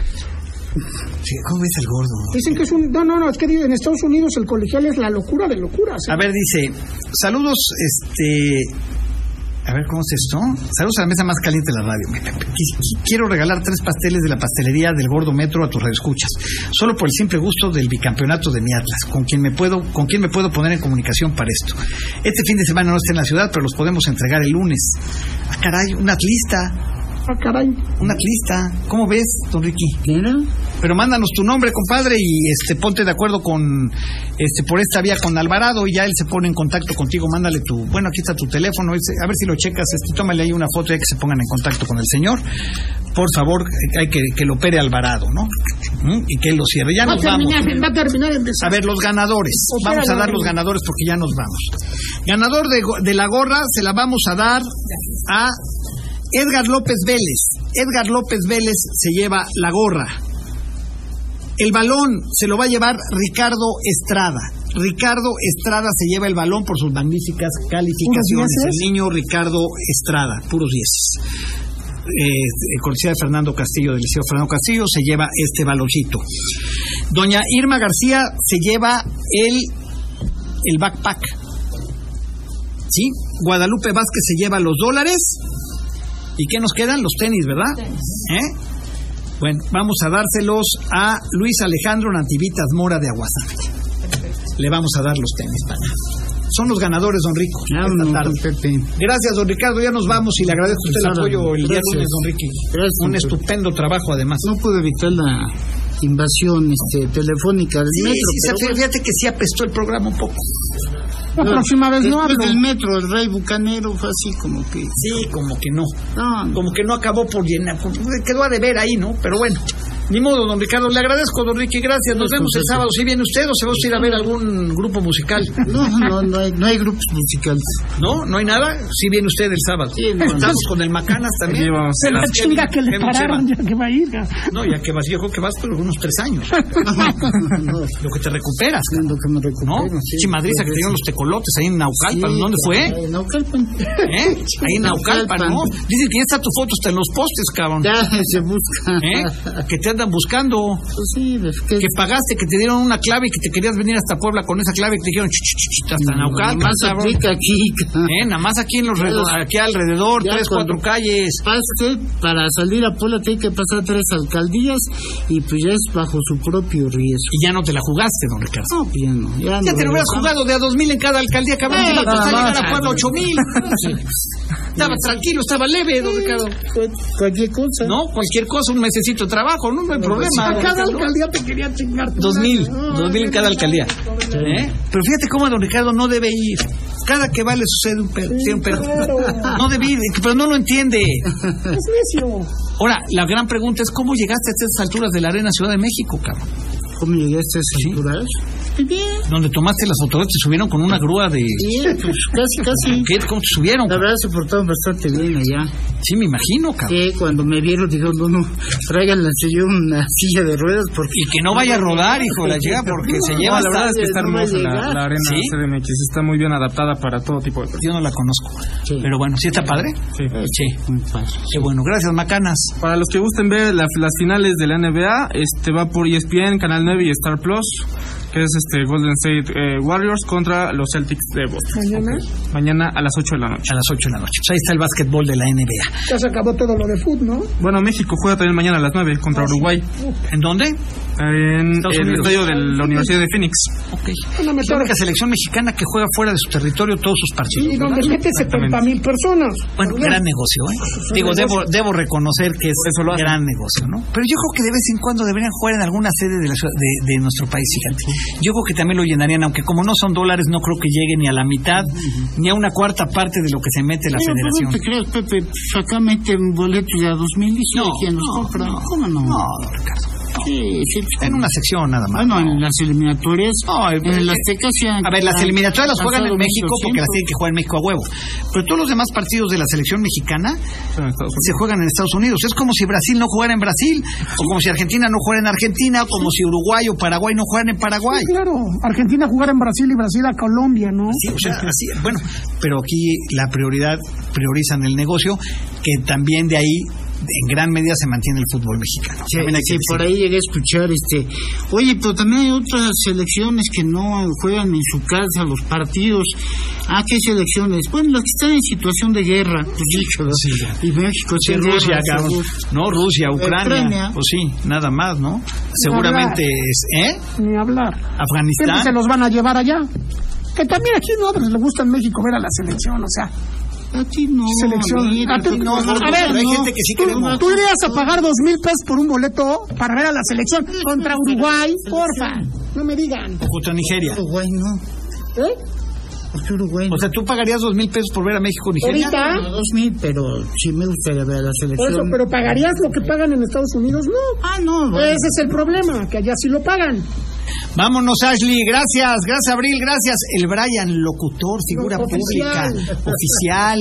Sí, ¿Cómo ves el gordo?
Dicen que es un... No, no, no, es que en Estados Unidos el colegial es la locura de locuras. ¿eh?
A ver, dice, saludos, este... A ver, ¿cómo es esto? Saludos a la mesa más caliente de la radio. Qu- qu- Quiero regalar tres pasteles de la pastelería del Gordo Metro a tus radioescuchas, solo por el simple gusto del bicampeonato de mi Atlas, con quien me puedo, con quien me puedo poner en comunicación para esto. Este fin de semana no está en la ciudad, pero los podemos entregar el lunes. Ah, caray, un atlista,
Ah, caray.
un atlista. ¿Cómo ves, don Ricky?
¿Era?
Pero mándanos tu nombre, compadre, y este ponte de acuerdo con este por esta vía con Alvarado y ya él se pone en contacto contigo. Mándale tu, bueno, aquí está tu teléfono, ese- a ver si lo checas, este, tómale ahí una foto ya que se pongan en contacto con el señor. Por favor, eh, hay que, que lo opere Alvarado, ¿no? Mm, Y que él lo cierre. Ya
Va a
nos vamos.
terminar, va a terminar en
A ver, los ganadores.
Opéralo,
Vamos a dar los
Alvarado.
ganadores porque ya nos vamos. Ganador de, go- de la gorra se la vamos a dar a Edgar López Vélez. Edgar López Vélez se lleva la gorra. El balón se lo va a llevar Ricardo Estrada. Ricardo Estrada se lleva el balón por sus magníficas calificaciones.
dieces?
El niño Ricardo Estrada, puros dieces. Eh, cortesía de Fernando Castillo, del Liceo Fernando Castillo, se lleva este baloncito. Doña Irma García se lleva el, el backpack. ¿Sí? Guadalupe Vázquez se lleva los dólares. ¿Y qué nos quedan? Los tenis, ¿verdad? ¿Eh? Bueno, vamos a dárselos a Luis Alejandro Nativitas Mora de Aguasán. Le vamos a dar los tenis, pana. Son los ganadores, don Rico. esta
Vámonos,
tarde.
Pepe.
Gracias, don Ricardo. Ya nos vamos y le agradezco a usted el
Nada,
apoyo el día
Pues, gracias.
lunes, don Ricky.
Gracias,
Un
don Pepe.
estupendo trabajo, además.
No pude evitar la invasión este, telefónica del
Sí,
metro.
sí,
pero
se- fíjate que sí apestó el programa un poco.
La próxima vez no
Después
hablo.
del metro, el rey bucanero fue así como que...
Sí, como que no.
No, no.
Como que no acabó por llenar. como que Quedó a deber ahí, ¿no? Pero bueno. Ni modo, don Ricardo. Le agradezco, don Ricky. Gracias. Nos vemos el sábado. ¿Sí viene usted o se va usted a ir a ver algún grupo musical?
No, no, no hay, no hay grupos musicales.
¿No? ¿No hay nada? Sí viene usted el sábado.
Sí, no.
Estamos con el Macanas también.
Sí, vamos.
Se la
Las Kevin-
chinga que le
Kevin
pararon
Sheba.
ya que va a ir. ya.
No, ya que vas, yo creo que vas por unos tres años.
No, no,
Lo que te recuperas,
lo que
¿no?
me recupero, sí.
Chimadriza que te dieron los tecolotes ahí en Naucalpan.
Sí,
¿Dónde fue?
En Naucalpan.
¿Eh? Ahí en Naucalpan, ¿no? Dicen que ya está tu foto hasta en los postes, cabrón.
Ya se busca. *laughs*
¿Eh? Que te andan buscando.
Pues sí, es que...
Que pagaste, que te dieron una clave y que te querías venir hasta Puebla con esa clave y te dijeron, "Ch, ch, ch, ch, hasta Naucalpan,
Más
cabrón.
aplica aquí. ca-
¿Eh? Nada más aquí en los redo- aquí alrededor,
Ah. Ya
tres,
cuando-
cuatro calles.
Paste, para salir a Puebla tiene que pasar tres alcaldías y pues ya es bajo su propio riesgo.
Y ya no te la jugaste, don Ricardo.
No, pues ya no.
Ya
Ya, no
te lo hubieras jugado de a dos mil en cada alcaldía, cabrón.
Eh,
te la costa
nada
llegar a
más.
Puebla ocho
*laughs*
mil. Estaba tranquilo, estaba leve, don Ricardo.
Cu- Cualquier cosa. pues,
No, cualquier cosa, un mesecito de trabajo, no, no hay problema.
A
don
cada
Ricardo.
alcaldía te quería chingar. tu
Dos mil,
madre. No,
dos mil en cada alcaldía. ¿Eh? Pero fíjate cómo a don Ricardo no debe ir. Cada que va le sucede un pedo. tiene un pedo.
claro.
No debe ir, pero no lo entiende.
*laughs*
Es necio.
Ahora, la gran pregunta es: ¿cómo llegaste a estas alturas de la Arena Ciudad de México, cabrón?
¿Cómo llegaste a esas alturas? bien.
Donde tomaste las autoridades, te subieron con una grúa de...
Bien, pues casi, casi.
¿Qué? ¿Cómo te subieron?
La verdad se portaron bastante bien allá.
Sí, me imagino, cabrón.
Sí, cuando me vieron dijeron, no, no, tráiganle al señor una silla de ruedas porque...
Y que no vaya a rodar, hijo de la chica, porque se lleva
la verdad es que está
no va a
hermosa la,
llegar.
la arena
¿Sí?
CDMX. Está muy bien adaptada para todo tipo de personas.
Yo no la conozco.
Sí.
Pero bueno, ¿sí está padre?
Sí.
Sí. Qué bueno. Gracias, Macanas.
Para los que gusten ver las, las finales de la NBA, este va por ESPN, Canal 9 y Star Plus, que es este Golden State eh, Warriors contra los Celtics de Boston.
Mañana
Mañana a las 8 de la noche.
A las 8 de la noche. Pues ahí está el básquetbol de la NBA.
ya se acabó todo lo de fútbol, ¿no?
Bueno, México juega también mañana a las 9
Ah,
contra Uruguay
¿En dónde?
en
Estados
el
Unidos.
estadio de la Universidad de Phoenix.
Ok. Es
Una
la
metáfora.
única selección mexicana que juega fuera de su territorio todos sus partidos.
Y donde mete 70 mil personas.
Bueno, gran negocio, ¿eh? Digo, debo, debo reconocer que es
Eso lo hacen.
gran negocio, ¿no? Pero yo creo que de vez en cuando deberían jugar en alguna sede de, la ciudad- de, de nuestro país gigante. Yo creo que también lo llenarían, aunque como no son dólares, no creo que llegue ni a la mitad, ni a una cuarta parte de lo que se mete la
Pero, pues,
federación.
no te creas, Pepe, pues, acá meten boletos de a 2000 y
No,
quien los
no,
compra.
no.
¿Cómo no?
No, Ricardo.
Sí, sí, pues,
En una sección nada más.
Bueno, en las eliminatorias, en el Azteca se han-
pues, eh, A ver, las
han
eliminatorias las juegan en
pasado
México porque las
1800.
tienen que jugar en México a huevo. Pero todos los demás partidos de la selección mexicana
en Estados
se juegan en Estados Unidos. Es como si Brasil no jugara en Brasil, o como si Argentina no jugara en Argentina, o como si Uruguay o Paraguay no jugaran en Paraguay.
Claro, Argentina jugar en Brasil y Brasil a Colombia, ¿no?
Sí, o sea, así, bueno, pero aquí la prioridad, priorizan el negocio, que también de ahí en gran medida se mantiene el fútbol mexicano.
Sí,
También hay que
sí, por
decirlo.
ahí llegué a escuchar, este, oye, pero también hay otras selecciones que no juegan en su casa los partidos. ¿A qué selecciones? Bueno, las que están en situación de guerra, pues dicho, ¿no?
Sí.
Y México
Sí,
está en
Rusia,
guerra,
cabrón.
seguro.
No, Rusia, Ucrania.
Ucrania.
Pues sí, nada más, ¿no? Seguramente es. ¿Eh?
Ni hablar. Siempre se
Afganistán.
los van a llevar allá. Que también aquí no les gusta en México ver a la selección, o sea.
A ti no.
Selección.
amigo,
A ti no,
no,
a ver,
no.
hay gente que sí
¿Tú,
queremos.
tú irías a pagar dos mil pesos por un boleto para ver a la selección contra Uruguay? Porfa, no me digan.
Contra Nigeria.
Uruguay no.
¿Eh?
¿Por qué Uruguay no?
O sea, tú pagarías dos mil pesos por ver a México o Nigeria.
Ahorita,
No, dos mil, pero sí me gustaría ver a la
por eso,
selección.
pero ¿pagarías lo que pagan en Estados Unidos? No.
Ah, no, bueno.
Ese es el problema, que allá sí lo pagan.
Vámonos, Ashley. Gracias, gracias, Abril. Gracias. El Brian, locutor, figura pública,
Oficial.
oficial,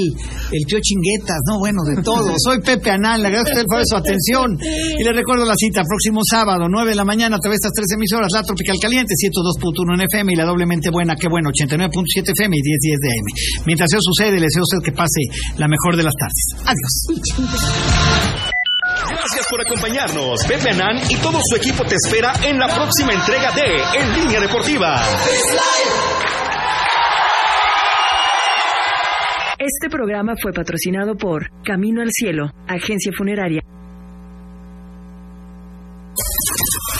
el tío Chinguetas. No, bueno, de todo. Soy Pepe Anal. Le agradezco a usted por su atención. Y le recuerdo la cita próximo sábado, 9 de la mañana, a través de estas tres emisoras. La Tropical Caliente, 102.1 en FM y la doblemente buena, qué bueno, 89.7 FM y 1010 de AM. Mientras eso sucede, le deseo a usted que pase la mejor de las tardes. Adiós.
Gracias por acompañarnos. Pepe Anán y todo su equipo te espera en la próxima entrega de En Línea Deportiva.
Este programa fue patrocinado por Camino al Cielo, agencia funeraria.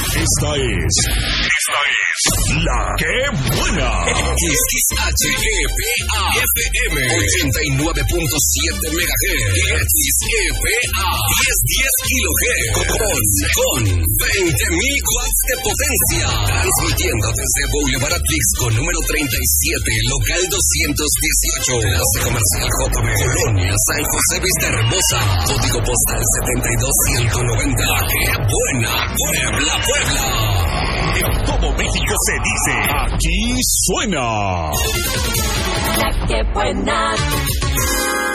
Esta es. Esta es. La que buena.
XHEPA FM 89.7 MHz XEPA 1010 kHz con, con 20.000 watts de potencia transmitiendo desde Boulevard Atlixco número 37 local 218 Plaza Comercial Jotome Colonia San José Vista Hermosa código postal 72190 ¡Qué buena Puebla Puebla!
En todo México se dice. Aquí suena.
¡Qué buena!